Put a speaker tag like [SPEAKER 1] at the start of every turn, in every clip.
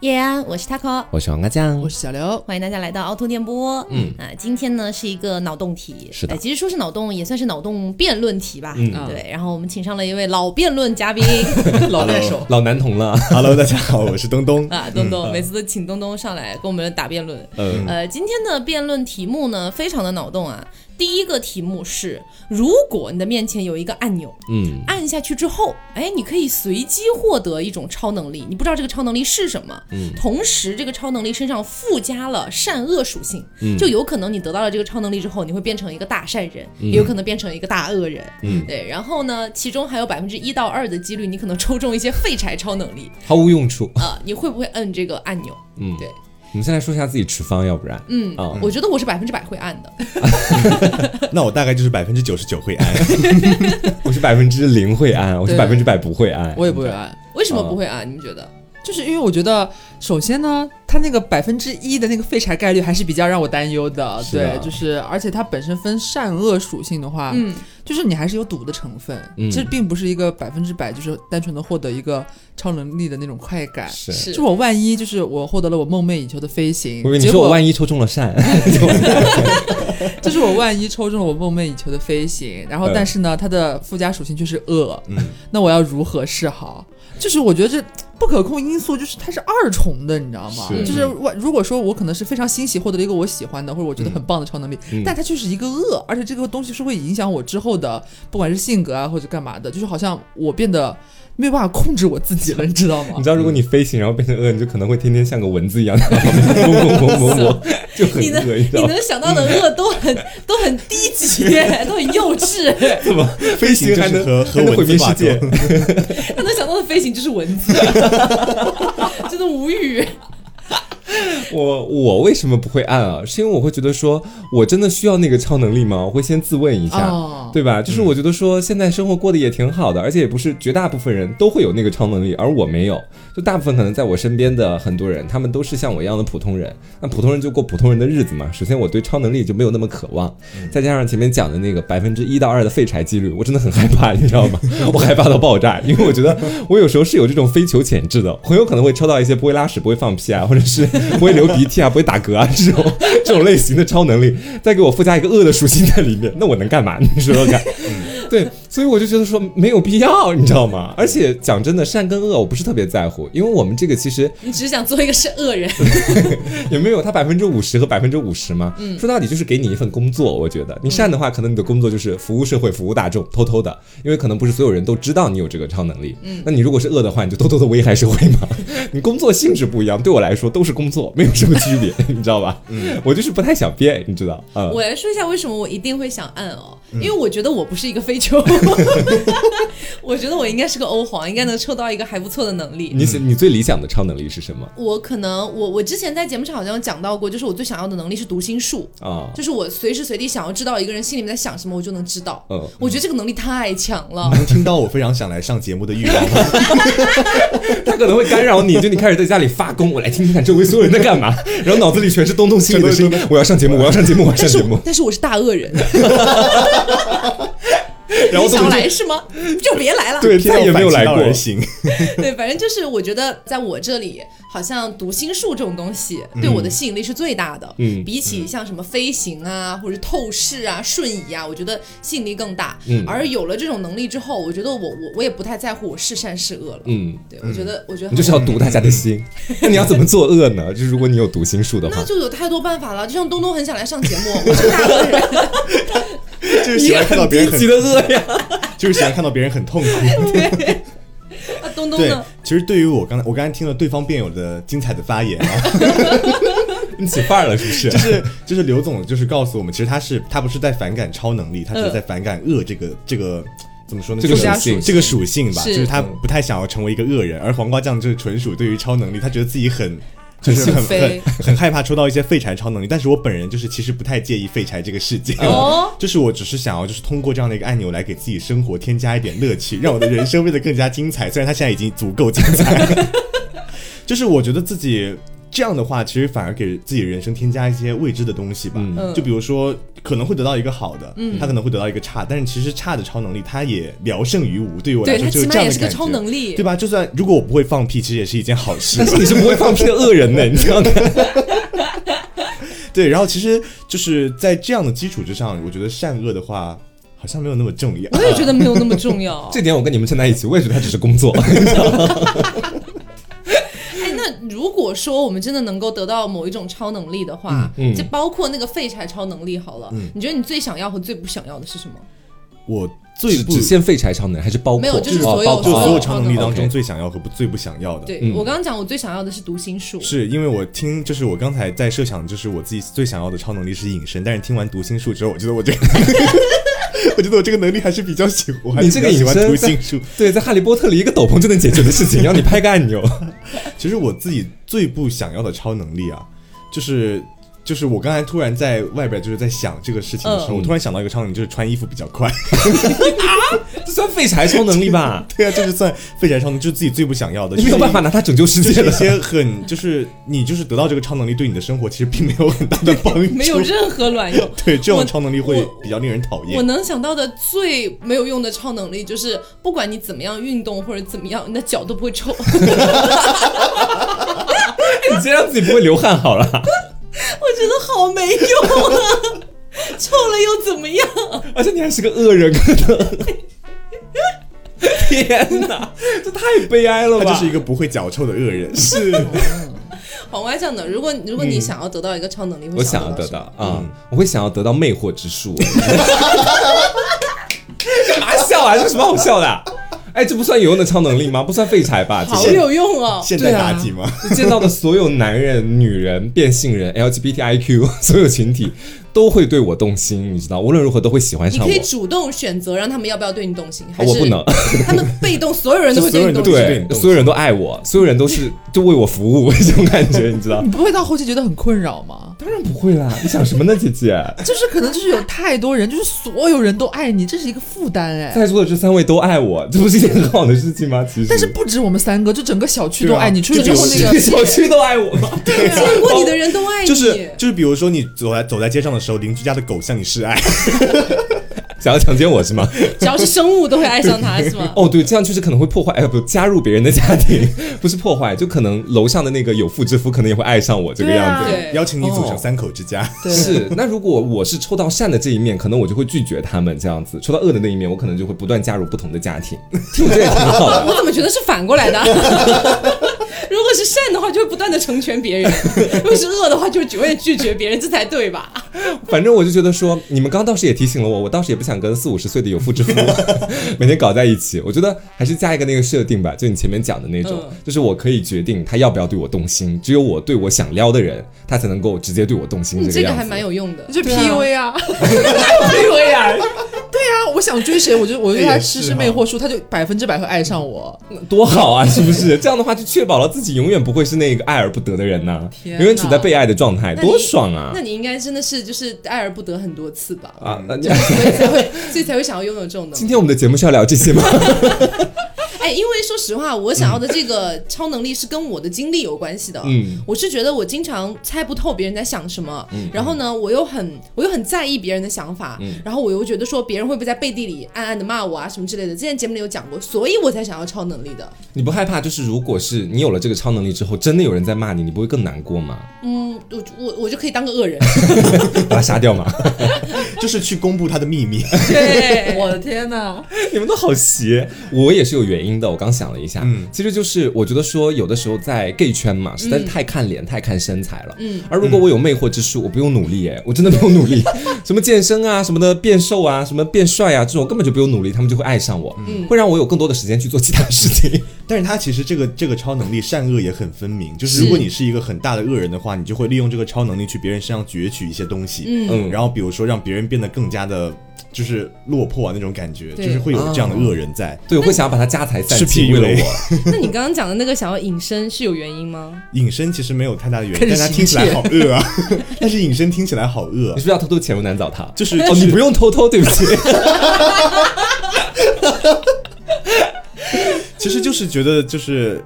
[SPEAKER 1] 叶安，我是 Taco，
[SPEAKER 2] 我是王阿酱
[SPEAKER 3] 我，是小刘，
[SPEAKER 1] 欢迎大家来到凹凸电波。
[SPEAKER 2] 嗯
[SPEAKER 1] 啊，今天呢是一个脑洞题，
[SPEAKER 2] 是的
[SPEAKER 1] 哎其实说是脑洞，也算是脑洞辩论题吧。
[SPEAKER 2] 嗯
[SPEAKER 1] 对。然后我们请上了一位老辩论嘉宾
[SPEAKER 3] 老练手，嗯
[SPEAKER 2] 老男童了，
[SPEAKER 4] Hello，大家好，我是 东 东。
[SPEAKER 1] 啊，东东，每次都请东东上来跟我们打辩论。
[SPEAKER 4] 嗯，
[SPEAKER 1] 呃，今天的辩论题目呢非常的脑洞啊。第一个题目是，如果你的面前有一个按钮，
[SPEAKER 2] 嗯，
[SPEAKER 1] 按下去之后，哎，你可以随机获得一种超能力，你不知道这个超能力是什么。
[SPEAKER 2] 嗯
[SPEAKER 1] 同时，这个超能力身上附加了善恶属性，
[SPEAKER 2] 嗯
[SPEAKER 1] 就有可能你得到了这个超能力之后，你会变成一个大善人，也有可能变成一个大恶人。
[SPEAKER 2] 嗯
[SPEAKER 1] 对。然后呢，其中还有百分之一到二的几率，你可能抽中一些废柴超能力
[SPEAKER 2] 毫无用处。
[SPEAKER 1] 啊、你会不会摁这个按钮？
[SPEAKER 2] 嗯，
[SPEAKER 1] 对，
[SPEAKER 2] 我们先来说一下自己持方，要不然，
[SPEAKER 1] 嗯，
[SPEAKER 2] 啊
[SPEAKER 1] 我觉得我是百分之百会按的。
[SPEAKER 4] 那我大概就是百分之九十九会按，
[SPEAKER 2] 我是百分之零会按，我是
[SPEAKER 3] 对
[SPEAKER 2] 百分之百不会按。
[SPEAKER 3] 我也不会按，
[SPEAKER 1] 为什么
[SPEAKER 2] 啊
[SPEAKER 1] 不会按？你觉得？
[SPEAKER 3] 就是因为我觉得，首先呢，它那个百分之一的那个废柴概率还是比较让我担忧的，
[SPEAKER 2] 是啊的
[SPEAKER 3] 对，就是而且它本身分善恶属性的
[SPEAKER 2] 啊
[SPEAKER 3] 话，
[SPEAKER 1] 嗯，
[SPEAKER 3] 就是你还是有赌的成分，
[SPEAKER 2] 嗯
[SPEAKER 3] 其实并不是一个百分之百，就是单纯的获得一个超能力的那种快感。
[SPEAKER 2] 是，
[SPEAKER 1] 是
[SPEAKER 3] 就我万一就是我获得了我梦寐以求的飞行
[SPEAKER 2] 我以为，你
[SPEAKER 3] 结
[SPEAKER 2] 说我
[SPEAKER 3] 果
[SPEAKER 2] 万一抽中了善，
[SPEAKER 3] 就是我万一抽中了我梦寐以求的飞行，然后
[SPEAKER 2] 嗯
[SPEAKER 3] 但是呢，它的附加属性却是恶，
[SPEAKER 4] 嗯
[SPEAKER 3] 那我要如何是好？就是我觉得这不可控因素就是它是二重的，你知道吗？
[SPEAKER 2] 是
[SPEAKER 3] 就是我如果说我可能是非常欣喜获得了一个我喜欢的或者我觉得很棒的超能力，
[SPEAKER 2] 嗯
[SPEAKER 3] 但它却是一个恶，而且这个东西是会影响我之后的，不管是性格啊或者干嘛的，就是好像我变得没有办法控制我自己了，你知道吗
[SPEAKER 2] 你？知道，如果你飞行然后变成恶，你就可能会天天像个蚊子 一样，嗡嗡嗡嗡嗡，就很
[SPEAKER 1] 你能
[SPEAKER 2] 恶，你知
[SPEAKER 1] 你
[SPEAKER 2] 道吗？
[SPEAKER 1] 能想到的恶都 很都很低级，都很幼稚。
[SPEAKER 2] 怎么飞行还
[SPEAKER 4] 就是
[SPEAKER 2] 能
[SPEAKER 4] 和
[SPEAKER 2] 还
[SPEAKER 4] 和
[SPEAKER 2] 能毁
[SPEAKER 4] 蚊
[SPEAKER 2] 灭
[SPEAKER 4] 子挂
[SPEAKER 2] 世界？
[SPEAKER 4] 钩。
[SPEAKER 1] 他能想到的飞行就是蚊 子，真的无语。
[SPEAKER 2] 我我为什么不会按啊？是因为我会觉得说，我真的需要那个超能力吗？我会先自问一下，
[SPEAKER 3] 哦
[SPEAKER 2] 对吧？就是我觉得说，现在生活过得也挺好的，而且也不是绝大部分人都会有那个超能力，而我没有。就大部分可能在我身边的很多人，他们都是像我一样的普通人。那普通人就过普通人的日子嘛。首先，我对超能力就没有那么渴望，再加上前面讲的那个百分之一到二的废柴几率，我真的很害怕，你知道吗？ 我害怕到爆炸，因为我觉得我有时候是有这种非求潜质的，很有可能会抽到一些不会拉屎、不会放屁啊，或者是 不会流鼻涕啊、不会打嗝啊这种这种类型的超能力，再给我附加一个恶的属性在里面，那我能干嘛？你说说看。对，所以我就觉得说没有必要，你知道吗？而且讲真的，善跟恶我不是特别在乎，因为我们这个其实
[SPEAKER 1] 你只是想做一个是恶人，
[SPEAKER 2] 也没有它百分之五十和百分之五十嘛。
[SPEAKER 1] 嗯
[SPEAKER 2] 说到底就是给你一份工作，我觉得你善的话，可能你的工作就是服务社会、服务大众，偷偷的，因为可能不是所有人都知道你有这个超能力。
[SPEAKER 1] 嗯
[SPEAKER 2] 那你如果是恶的话，你就偷偷的危害社会 嘛。你工作性质不一样，对我来说都是工作，没有什么区别， 你知道吧？我就是不太想变，你知道？嗯，
[SPEAKER 1] 我来说一下为什么我一定会想按哦，因为我觉得我不是一个飞球， 我觉得我应该是个欧皇，应该能抽到一个还不错的能力。
[SPEAKER 2] 你想你最理想的超能力是什么
[SPEAKER 1] 我可能我我之前在节目上好像讲到过，就是我最想要的能力是读心术，
[SPEAKER 2] 啊？
[SPEAKER 1] 就是我随时随地想要知道一个人心里面在想什么，我就能知道。
[SPEAKER 2] 嗯，
[SPEAKER 1] 我觉得这个能力太强了。
[SPEAKER 4] 能听到我非常想来上节目的欲 望吗？
[SPEAKER 2] 他可能会干扰你，就你开始在家里发功，我来听听看周围所有人在干嘛，然后脑子里全是东东心里的声音，我要上节目，我要上节目，我要上
[SPEAKER 1] 但是
[SPEAKER 2] 节
[SPEAKER 1] 我
[SPEAKER 2] 目，
[SPEAKER 1] 但是我是大恶人，
[SPEAKER 2] 然后
[SPEAKER 1] 你
[SPEAKER 2] 怎
[SPEAKER 1] 想
[SPEAKER 2] 么就
[SPEAKER 1] 来是吗？ 就别来了。
[SPEAKER 2] 对啊再也没有来过
[SPEAKER 4] 偏要反其道而行。
[SPEAKER 1] 对，反正就是我觉得在我这里，好像读心术这种东西对我的吸引力是最大的。
[SPEAKER 2] 嗯
[SPEAKER 1] 比起像什么飞行啊，或者透视啊、瞬移啊，我觉得吸引力更大。
[SPEAKER 2] 嗯
[SPEAKER 1] 而有了这种能力之后，我觉得我我我也不太在乎我是善是恶了。
[SPEAKER 2] 嗯，
[SPEAKER 1] 对，我觉得我觉得
[SPEAKER 2] 你就是要读大家的心。
[SPEAKER 4] 嗯
[SPEAKER 2] 那你要怎么作恶呢？就是如果你有读心术的
[SPEAKER 1] 那
[SPEAKER 2] 话，
[SPEAKER 1] 就有太多办法了，就像东东很想来上节目，我是个大 恶人，
[SPEAKER 4] 就是喜欢看到别人
[SPEAKER 2] 低级
[SPEAKER 4] 很，
[SPEAKER 2] 的恶呀。
[SPEAKER 4] 就是喜欢看到别人很痛苦。
[SPEAKER 1] 那东东
[SPEAKER 4] 对
[SPEAKER 1] 呢？，
[SPEAKER 4] 其实对于我刚才，我刚才听了对方辩友的精彩的发言啊，
[SPEAKER 2] 你起范儿了是不是
[SPEAKER 4] 就？是就是刘总就是告诉我们，其实他是他不是在反感超能力，他只是在反感恶这个这个。怎么说呢？
[SPEAKER 2] 这个
[SPEAKER 4] 就是
[SPEAKER 2] 属性
[SPEAKER 4] 这个属性吧，
[SPEAKER 1] 是
[SPEAKER 4] 就是他不太想要成为一个恶人，而黄瓜酱就是纯属对于超能力，他觉得自己很。就是很
[SPEAKER 2] 很
[SPEAKER 1] 幸
[SPEAKER 4] 很很害怕抽到一些废柴超能力，但是我本人就是其实不太介意废柴这个事情，
[SPEAKER 1] 哦
[SPEAKER 4] 就是我只是想要就是通过这样的一个按钮来给自己生活添加一点乐趣，让我的人生变得更加精彩。虽然它现在已经足够精彩了，就是我觉得自己这样的话，其实反而给自己人生添加一些未知的东西吧。
[SPEAKER 2] 嗯
[SPEAKER 1] 嗯
[SPEAKER 4] 就比如说，可能会得到一个好的，
[SPEAKER 1] 嗯
[SPEAKER 4] 他可能会得到一个差，但是其实差的超能力，他也聊胜于无。对于我来
[SPEAKER 1] 对
[SPEAKER 4] 说，
[SPEAKER 1] 他
[SPEAKER 4] 就
[SPEAKER 1] 起
[SPEAKER 4] 是
[SPEAKER 1] 码
[SPEAKER 4] 这样
[SPEAKER 1] 也
[SPEAKER 4] 的
[SPEAKER 1] 是个
[SPEAKER 4] 感
[SPEAKER 1] 超
[SPEAKER 4] 觉，
[SPEAKER 1] 能力
[SPEAKER 4] 对。吧？就算如果我不会放屁，其实也是一件好事
[SPEAKER 2] 但。是你是不会放屁的恶人呢，你知道吗？
[SPEAKER 4] 对，然后其实就是在这样的基础之上，我觉得善恶的话，好像没有那么重啊要。
[SPEAKER 1] 我也觉得没有那么重要。
[SPEAKER 2] 这点我跟你们站在一起，我也觉得他只是工作。
[SPEAKER 1] 哎，那如果说我们真的能够得到某一种超能力的话，
[SPEAKER 2] 嗯嗯
[SPEAKER 1] 就包括那个废柴超能力好了，
[SPEAKER 4] 嗯
[SPEAKER 1] 你觉得你最想要和最不想要的是什么？
[SPEAKER 4] 我 最
[SPEAKER 2] 只
[SPEAKER 4] 不
[SPEAKER 2] 只限废柴超能，还是包括
[SPEAKER 1] 没有就是
[SPEAKER 2] 哦
[SPEAKER 1] 所有
[SPEAKER 2] 包
[SPEAKER 4] 就
[SPEAKER 2] 括
[SPEAKER 4] 所有
[SPEAKER 1] 哦
[SPEAKER 4] 超能力当中
[SPEAKER 2] OK
[SPEAKER 4] 最想要和不最不想要的。
[SPEAKER 1] 对、
[SPEAKER 2] 嗯
[SPEAKER 1] 我刚刚讲，我最想要的是读心术，
[SPEAKER 4] 是因为我听，就是我刚才在设想，就是我自己最想要的超能力是隐身，但是听完读心术之后，我觉得我这个， 我觉得我这个能力还是比较喜欢，我还是
[SPEAKER 2] 你这个
[SPEAKER 4] 比较喜
[SPEAKER 2] 隐
[SPEAKER 4] 欢
[SPEAKER 2] 身
[SPEAKER 4] 读
[SPEAKER 2] 在
[SPEAKER 4] 心术。
[SPEAKER 2] 对，在《哈利波特》里一个斗篷就能解决的事情，然后你拍个按钮，
[SPEAKER 4] 其实我自己最不想要的超能力啊，就是就是我刚才突然在外边就是在想这个事情的时候，
[SPEAKER 2] 嗯
[SPEAKER 4] 我突然想到一个超能力，就是穿衣服比较快。
[SPEAKER 2] 这算废柴超能力吧？
[SPEAKER 4] 对啊，这就算废柴超 能力，就是自己最不想要的，
[SPEAKER 2] 你没有办法
[SPEAKER 4] 拿。
[SPEAKER 2] 拿它拯救世
[SPEAKER 4] 就
[SPEAKER 2] 界
[SPEAKER 4] 是一
[SPEAKER 2] 了。
[SPEAKER 4] 些很，就是你就是得到这个超能力，对你的生活其实并没有很大的 帮助，
[SPEAKER 1] 没有任何卵用。
[SPEAKER 4] 对这
[SPEAKER 1] 我
[SPEAKER 4] 种超能力会比较令人讨
[SPEAKER 1] 我
[SPEAKER 4] 厌。
[SPEAKER 1] 能想到的最没有用的超能力就是，不管你怎么样运动或者怎么样，你的脚都不会臭。
[SPEAKER 2] 你先让自己不会流汗好了。
[SPEAKER 1] 我觉得好没用啊！ 臭了又怎么样？
[SPEAKER 2] 而且你还是个恶人，可能。 天哪，这太悲哀了
[SPEAKER 4] 他
[SPEAKER 2] 吧！
[SPEAKER 4] 就是一个不会脚臭的恶人，是
[SPEAKER 1] 往外讲的，如果如果你想要得到一个超能力，会
[SPEAKER 2] 嗯我想
[SPEAKER 1] 要
[SPEAKER 2] 要得
[SPEAKER 1] 什么
[SPEAKER 2] 到啊、我会想要得到魅惑之 术。干嘛笑啊？这有什么好笑的、哎，这不算有用的超能力吗？不算废柴吧？其
[SPEAKER 1] 好
[SPEAKER 2] 实
[SPEAKER 1] 有用哦！
[SPEAKER 4] 现代妲己吗？
[SPEAKER 2] 见到的所有男人、女人、变性人、LGBTIQ 所有群体都会对我动心，你知道，无论如何都会喜欢
[SPEAKER 1] 你
[SPEAKER 2] 上
[SPEAKER 1] 可
[SPEAKER 2] 我。
[SPEAKER 1] 以主动选择让他们要不要对你动心，还
[SPEAKER 2] 啊
[SPEAKER 1] 是
[SPEAKER 2] 我不能，
[SPEAKER 1] 他们被动，所有人都 会对你动
[SPEAKER 4] 所有人都
[SPEAKER 1] 心。
[SPEAKER 4] 是对
[SPEAKER 2] 对
[SPEAKER 4] 你，动心
[SPEAKER 2] 所有人都爱我，所有人都是就为我服务这种感觉，你知道。
[SPEAKER 3] 你不会到后期觉得很困扰吗？
[SPEAKER 2] 当然不会啦，你想什么呢，姐姐？
[SPEAKER 3] 就是可能就是有太多人，就是所有人都爱你，这是一个负担哎。
[SPEAKER 2] 在座的这三位都爱我，这不是一件很好的事情吗？其实，
[SPEAKER 3] 但是不止我们三个，就整个小区都
[SPEAKER 4] 对啊
[SPEAKER 3] 爱你。出去
[SPEAKER 4] 就
[SPEAKER 3] 之后
[SPEAKER 4] 比如
[SPEAKER 3] 那 个，
[SPEAKER 2] 小区都爱我吗？对
[SPEAKER 1] 见过你的人都爱啊你，
[SPEAKER 4] 就是就是，比如说你走在走在街上的时候，邻居家的狗向你示爱，
[SPEAKER 2] 想要强奸我是吗？
[SPEAKER 1] 只要是生物都会爱上 他，是吗？
[SPEAKER 2] 哦，对，这样确实可能会破坏，哎，不，加入别人的家庭，不是破坏，就可能楼上的那个有妇之夫可能也会爱上我这个
[SPEAKER 3] 对啊
[SPEAKER 2] 样子。
[SPEAKER 1] 对
[SPEAKER 4] 邀请你组成
[SPEAKER 2] 哦
[SPEAKER 4] 三口之家。
[SPEAKER 3] 对
[SPEAKER 2] 是，那如果我是抽到善的这一面，可能我就会拒绝他们这样子；抽到恶的那一面，我可能就会不断加入不同的家庭。 听我这也挺好的。
[SPEAKER 1] 我怎么觉得是反过来的？ 如果是善的话，就会不断的成全别 人；如果是恶的话，就会永远拒绝别人，这才对吧？
[SPEAKER 2] 反正我就觉得说，你们刚倒是也提醒了我，我倒是也不想跟四五十岁的有妇之夫 每天搞在一起。我觉得还是加一个那个设定吧，就你前面讲的那种，
[SPEAKER 1] 嗯
[SPEAKER 2] 就是我可以决定他要不要对我动心，只有我对我想撩的人，他才能够直接对我动心。
[SPEAKER 1] 你
[SPEAKER 2] 这
[SPEAKER 1] 嗯这
[SPEAKER 2] 个
[SPEAKER 1] 个
[SPEAKER 2] 样子
[SPEAKER 1] 还蛮有用的。
[SPEAKER 3] 就
[SPEAKER 1] 对啊
[SPEAKER 3] PUA 啊，
[SPEAKER 2] 对 呀、
[SPEAKER 3] 对啊，我想追谁，我就我就对他
[SPEAKER 4] 也
[SPEAKER 3] 实
[SPEAKER 4] 是
[SPEAKER 3] 施
[SPEAKER 4] 哈
[SPEAKER 3] 魅惑术，他就百分之百会爱上我。
[SPEAKER 2] 多好啊，是不是？这样的话就确保了自己永远不会是那个爱而不得的人呐、
[SPEAKER 3] 天哪
[SPEAKER 2] 永远处在被爱的状态，
[SPEAKER 1] 那你
[SPEAKER 2] 多爽啊
[SPEAKER 1] 那！你应该真的是就是爱而不得很多次吧，
[SPEAKER 2] 啊，那 你
[SPEAKER 1] 所以才会所以才会想要拥有这种能
[SPEAKER 2] 今
[SPEAKER 1] 力。
[SPEAKER 2] 天我们的节目是要聊这 些吗？
[SPEAKER 1] 哎，因为说实话，我想要的这个超能力是跟我的经历有关系的。
[SPEAKER 2] 嗯，
[SPEAKER 1] 我是觉得我经常猜不透别人在想什么，然后呢，我又很我又很在意别人的想法，然后我又觉得说别人会不会在背地里暗暗的骂我啊什么之类的。之前节目里有讲过，所以我才想要超能力的。
[SPEAKER 2] 你不害怕？就是如果是你有了这个超能力之后，真的有人在骂你，你不会更难过吗？
[SPEAKER 1] 嗯，我我我就可以当个恶人。
[SPEAKER 2] 把他杀掉吗？
[SPEAKER 4] 就是去公布他的秘密。
[SPEAKER 1] 对
[SPEAKER 3] 我的天哪！
[SPEAKER 2] 你们都好邪，我也是有原因的。我刚想了一下，
[SPEAKER 4] 嗯
[SPEAKER 2] 其实就是我觉得说，有的时候在 gay 圈嘛，实在是太看脸、太看身材了。
[SPEAKER 1] 嗯
[SPEAKER 2] 而如果我有魅惑之术，我不用努力，哎，我真的不用努力，什么健身啊、什么的变瘦啊、什么变帅啊，这种根本就不用努力，他们就会爱上我，
[SPEAKER 1] 嗯
[SPEAKER 2] 会让我有更多的时间去做其他事情。
[SPEAKER 4] 但是他其实这个这个超能力善恶也很分明，就是如果你是一个很大的恶人的话，你就会利用这个超能力去别人身上攫取一些东西，
[SPEAKER 1] 嗯
[SPEAKER 2] 嗯
[SPEAKER 4] 然后比如说让别人变得更加的，就是落魄啊那种感觉，
[SPEAKER 1] 对
[SPEAKER 4] 就是会有这样的恶人在。
[SPEAKER 2] 对，我会想要把他家财散
[SPEAKER 4] 是
[SPEAKER 2] 尽，
[SPEAKER 4] PUA
[SPEAKER 2] 为了我。
[SPEAKER 1] 那你刚刚讲的那个想要隐身是有原因吗？
[SPEAKER 4] 隐身其实没有太大的原因，
[SPEAKER 3] 开始
[SPEAKER 4] 但它听起来好恶啊！ 但是隐身听起来好恶
[SPEAKER 2] 你，是
[SPEAKER 4] 啊
[SPEAKER 2] 不是要偷偷潜入男澡堂？
[SPEAKER 4] 就是
[SPEAKER 2] 哦，你不用偷偷，对不起。
[SPEAKER 4] 其实就是觉得就是。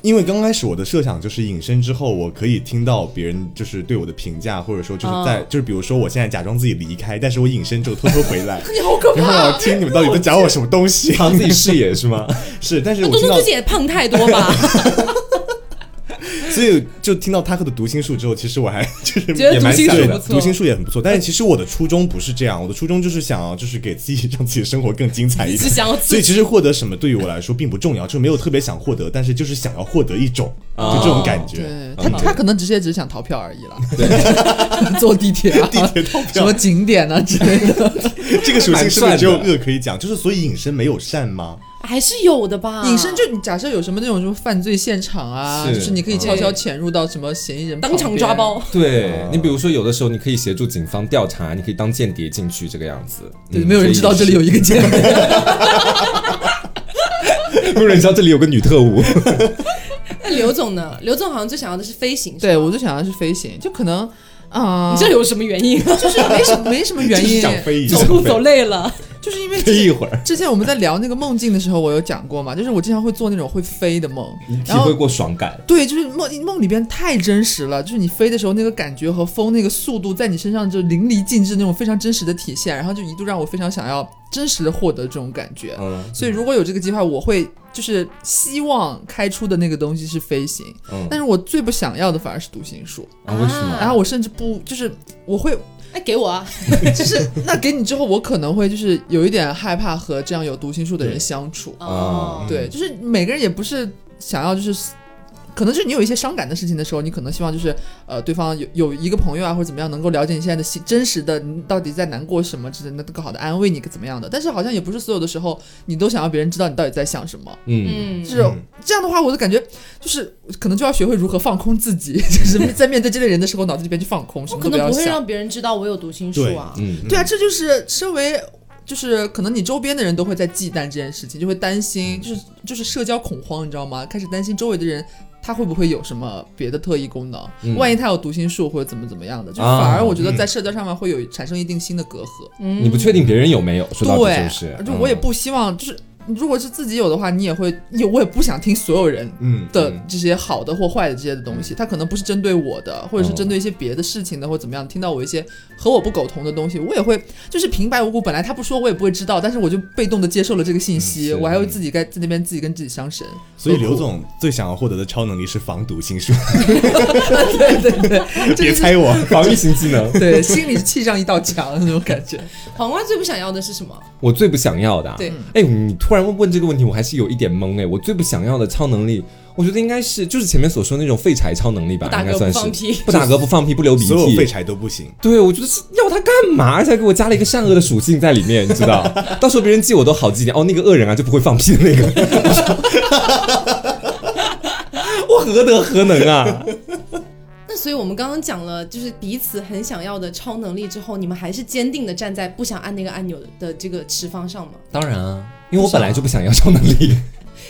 [SPEAKER 4] 因为刚开始我的设想就是隐身之后，我可以听到别人就是对我的评价，或者说就是在、
[SPEAKER 1] 哦，
[SPEAKER 4] 就是比如说我现在假装自己离开，但是我隐身之后偷偷 回来
[SPEAKER 1] 你好可
[SPEAKER 4] 然后我
[SPEAKER 1] 怕
[SPEAKER 4] 要！听你们到底在讲我什么东西。
[SPEAKER 2] 藏自己视野是吗？
[SPEAKER 4] 是，但是
[SPEAKER 1] 那
[SPEAKER 4] 我
[SPEAKER 1] 东
[SPEAKER 4] 听
[SPEAKER 1] 东
[SPEAKER 4] 到
[SPEAKER 1] 自，己也胖太多吧？
[SPEAKER 4] 所以就听到他和的读心术之后，其实我还 就是
[SPEAKER 1] 觉得
[SPEAKER 4] 也
[SPEAKER 1] 读
[SPEAKER 4] 蛮
[SPEAKER 1] 心
[SPEAKER 4] 想
[SPEAKER 1] 术
[SPEAKER 4] 对
[SPEAKER 1] 不
[SPEAKER 4] 的，
[SPEAKER 1] 错
[SPEAKER 4] 读心术也很不错。但是其实我的初衷不是这样，我的初衷就是想要就是给自己让自己的生活更精彩一
[SPEAKER 1] 你
[SPEAKER 4] 点
[SPEAKER 1] 是。 想要自
[SPEAKER 4] 所以其实获得什么对于我来说并不重要，就没有特别想获得，但是就是想要获得一种，就这种感觉。
[SPEAKER 3] 对他
[SPEAKER 4] 嗯
[SPEAKER 3] 他可能直接只是想逃票而已了， 坐地铁啊，地铁逃票，什么景点啊之类的，
[SPEAKER 4] 这个属性是不
[SPEAKER 2] 蛮善
[SPEAKER 4] 是只有
[SPEAKER 2] 的
[SPEAKER 4] 恶可以讲？就是所以隐身没有善吗？
[SPEAKER 1] 还是有的吧？
[SPEAKER 3] 隐身就你假设有什么那种什么犯罪现场啊，
[SPEAKER 2] 是
[SPEAKER 3] 就是你可以悄悄
[SPEAKER 1] 嗯
[SPEAKER 3] 潜入到什么嫌疑人
[SPEAKER 1] 当场
[SPEAKER 3] 旁边
[SPEAKER 1] 抓，包，
[SPEAKER 2] 对你比如说，有的时候你可以协助警方调查，你可以当间谍进去这个样子。
[SPEAKER 3] 对，
[SPEAKER 2] 嗯
[SPEAKER 3] 没有人知道这里有，一个间谍，
[SPEAKER 2] 所 以没有人知道这里有个女特 务。
[SPEAKER 1] 那刘总呢？刘总好像最想要的是飞行，是吧
[SPEAKER 3] 对我就想要是飞行，就可能啊
[SPEAKER 1] 你，这有什么原因？
[SPEAKER 3] 就是没什么没什么原
[SPEAKER 4] 就是
[SPEAKER 3] 因，
[SPEAKER 4] 想飞一下
[SPEAKER 1] 走，路走累了，
[SPEAKER 3] 就是因为
[SPEAKER 2] 飞一会儿，
[SPEAKER 3] 之前我们在聊那个梦境的时候，我有讲过嘛，就是我经常会做那种会飞的梦
[SPEAKER 2] 你，体
[SPEAKER 3] 然后
[SPEAKER 2] 会过爽感，
[SPEAKER 3] 对，就是梦梦里边太真实了，就是你飞的时候那个感觉和风那个速度在你身上就淋漓尽致那种非常真实的体现，然后就一度让我非常想要真实的获得这种感觉。
[SPEAKER 2] 嗯
[SPEAKER 3] 所以如果有这个计划，我会就是希望开出的那个东西是飞行，
[SPEAKER 2] 嗯
[SPEAKER 3] 但是我最不想要的反而是读心术，
[SPEAKER 2] 啊，为什么？
[SPEAKER 3] 然后我甚至不就是我会
[SPEAKER 1] 哎，给我啊！
[SPEAKER 3] 就是那给你之后，我可能会就是有一点害怕和这样有读心术的人
[SPEAKER 2] 对
[SPEAKER 3] 相处。
[SPEAKER 1] 哦，
[SPEAKER 3] 对，就是每个人也不是想要就是。可能是你有一些伤感的事情的时候，你可能希望就是，呃，对方有有一个朋友啊，或者怎么样，能够了解你现在的心真实的你到底在难过什么之类的，能更好的安慰你怎么样的。但是好像也不是所有的时候，你都想要别人知道你到底在想什么。
[SPEAKER 2] 嗯，
[SPEAKER 1] 嗯
[SPEAKER 3] 就，是这样的话，我就感觉就是可能就要学会如何放空自己， 就是在面对这类人的时候，脑子里边去放空，什
[SPEAKER 1] 我
[SPEAKER 3] 么
[SPEAKER 1] 可
[SPEAKER 3] 都不
[SPEAKER 1] 能
[SPEAKER 3] 要
[SPEAKER 1] 不会
[SPEAKER 3] 想。
[SPEAKER 1] 让别人知道我有读心术啊。
[SPEAKER 2] 嗯，
[SPEAKER 3] 对啊，这就是身为就是可能你周边的人都会在忌惮这件事情，就会担心，就是就是社交恐慌，你知道吗？开始担心周围的人。他会不会有什么别的特异功能？
[SPEAKER 2] 嗯
[SPEAKER 3] 万一他有读心术或者怎么怎么样的，就
[SPEAKER 2] 啊
[SPEAKER 3] 反而我觉得在社交上面会有产生一定新的隔阂。
[SPEAKER 1] 嗯
[SPEAKER 2] 你不确定别人有没有，说到底
[SPEAKER 3] 嗯对，
[SPEAKER 2] 就是，嗯
[SPEAKER 3] 就我也不希望，就是如果是自己有的话，你也会，也我也不想听所有人
[SPEAKER 4] 嗯，
[SPEAKER 3] 的这些好的或坏的这些的东西，它可能不是针对我的，或者是针
[SPEAKER 4] 哦
[SPEAKER 3] 对一些别的事情的，或者怎么样。听到我一些和我不苟同的东西，我也会就是平白无故，本来他不说我也不会知道，但是我就被动的接受了这个信息，
[SPEAKER 2] 是
[SPEAKER 3] 我还会自己该在那边自己跟自己伤神。
[SPEAKER 4] 嗯所以刘总最想要获得的超能力是防读 心术，
[SPEAKER 3] 对对对，这
[SPEAKER 4] 别
[SPEAKER 3] 就是
[SPEAKER 4] 猜我。
[SPEAKER 2] 防御型技能，
[SPEAKER 3] 对，心里气上一道墙那种感觉。
[SPEAKER 1] 黄瓜最不想要的是什么？
[SPEAKER 2] 我最不想要的、啊。
[SPEAKER 1] 对，
[SPEAKER 2] 哎，你突然问这个问题，我还是有一点懵哎。我最不想要的超能力，我觉得应该是就是前面所说那种废柴超能力吧
[SPEAKER 1] 不，打
[SPEAKER 2] 应该
[SPEAKER 1] 嗝
[SPEAKER 2] 算
[SPEAKER 1] 不
[SPEAKER 2] 是
[SPEAKER 1] 放屁。
[SPEAKER 2] 不打嗝、不放屁、不流鼻
[SPEAKER 4] 所有废
[SPEAKER 2] 涕。
[SPEAKER 4] 柴都不行，
[SPEAKER 2] 对，我觉得是要他干嘛？而且还给我加了一个善恶的属性在里面，你知道？到时候别人记我都好记一点。哦，那个恶人啊，就不会放屁的那个。 我何德何能啊？
[SPEAKER 1] 那所以我们刚刚讲了，就是彼此很想要的超能力之后，你们还是坚定的站在不想按那个按钮的这个持方上吗？
[SPEAKER 2] 当然啊，因为我本来就不想要超能力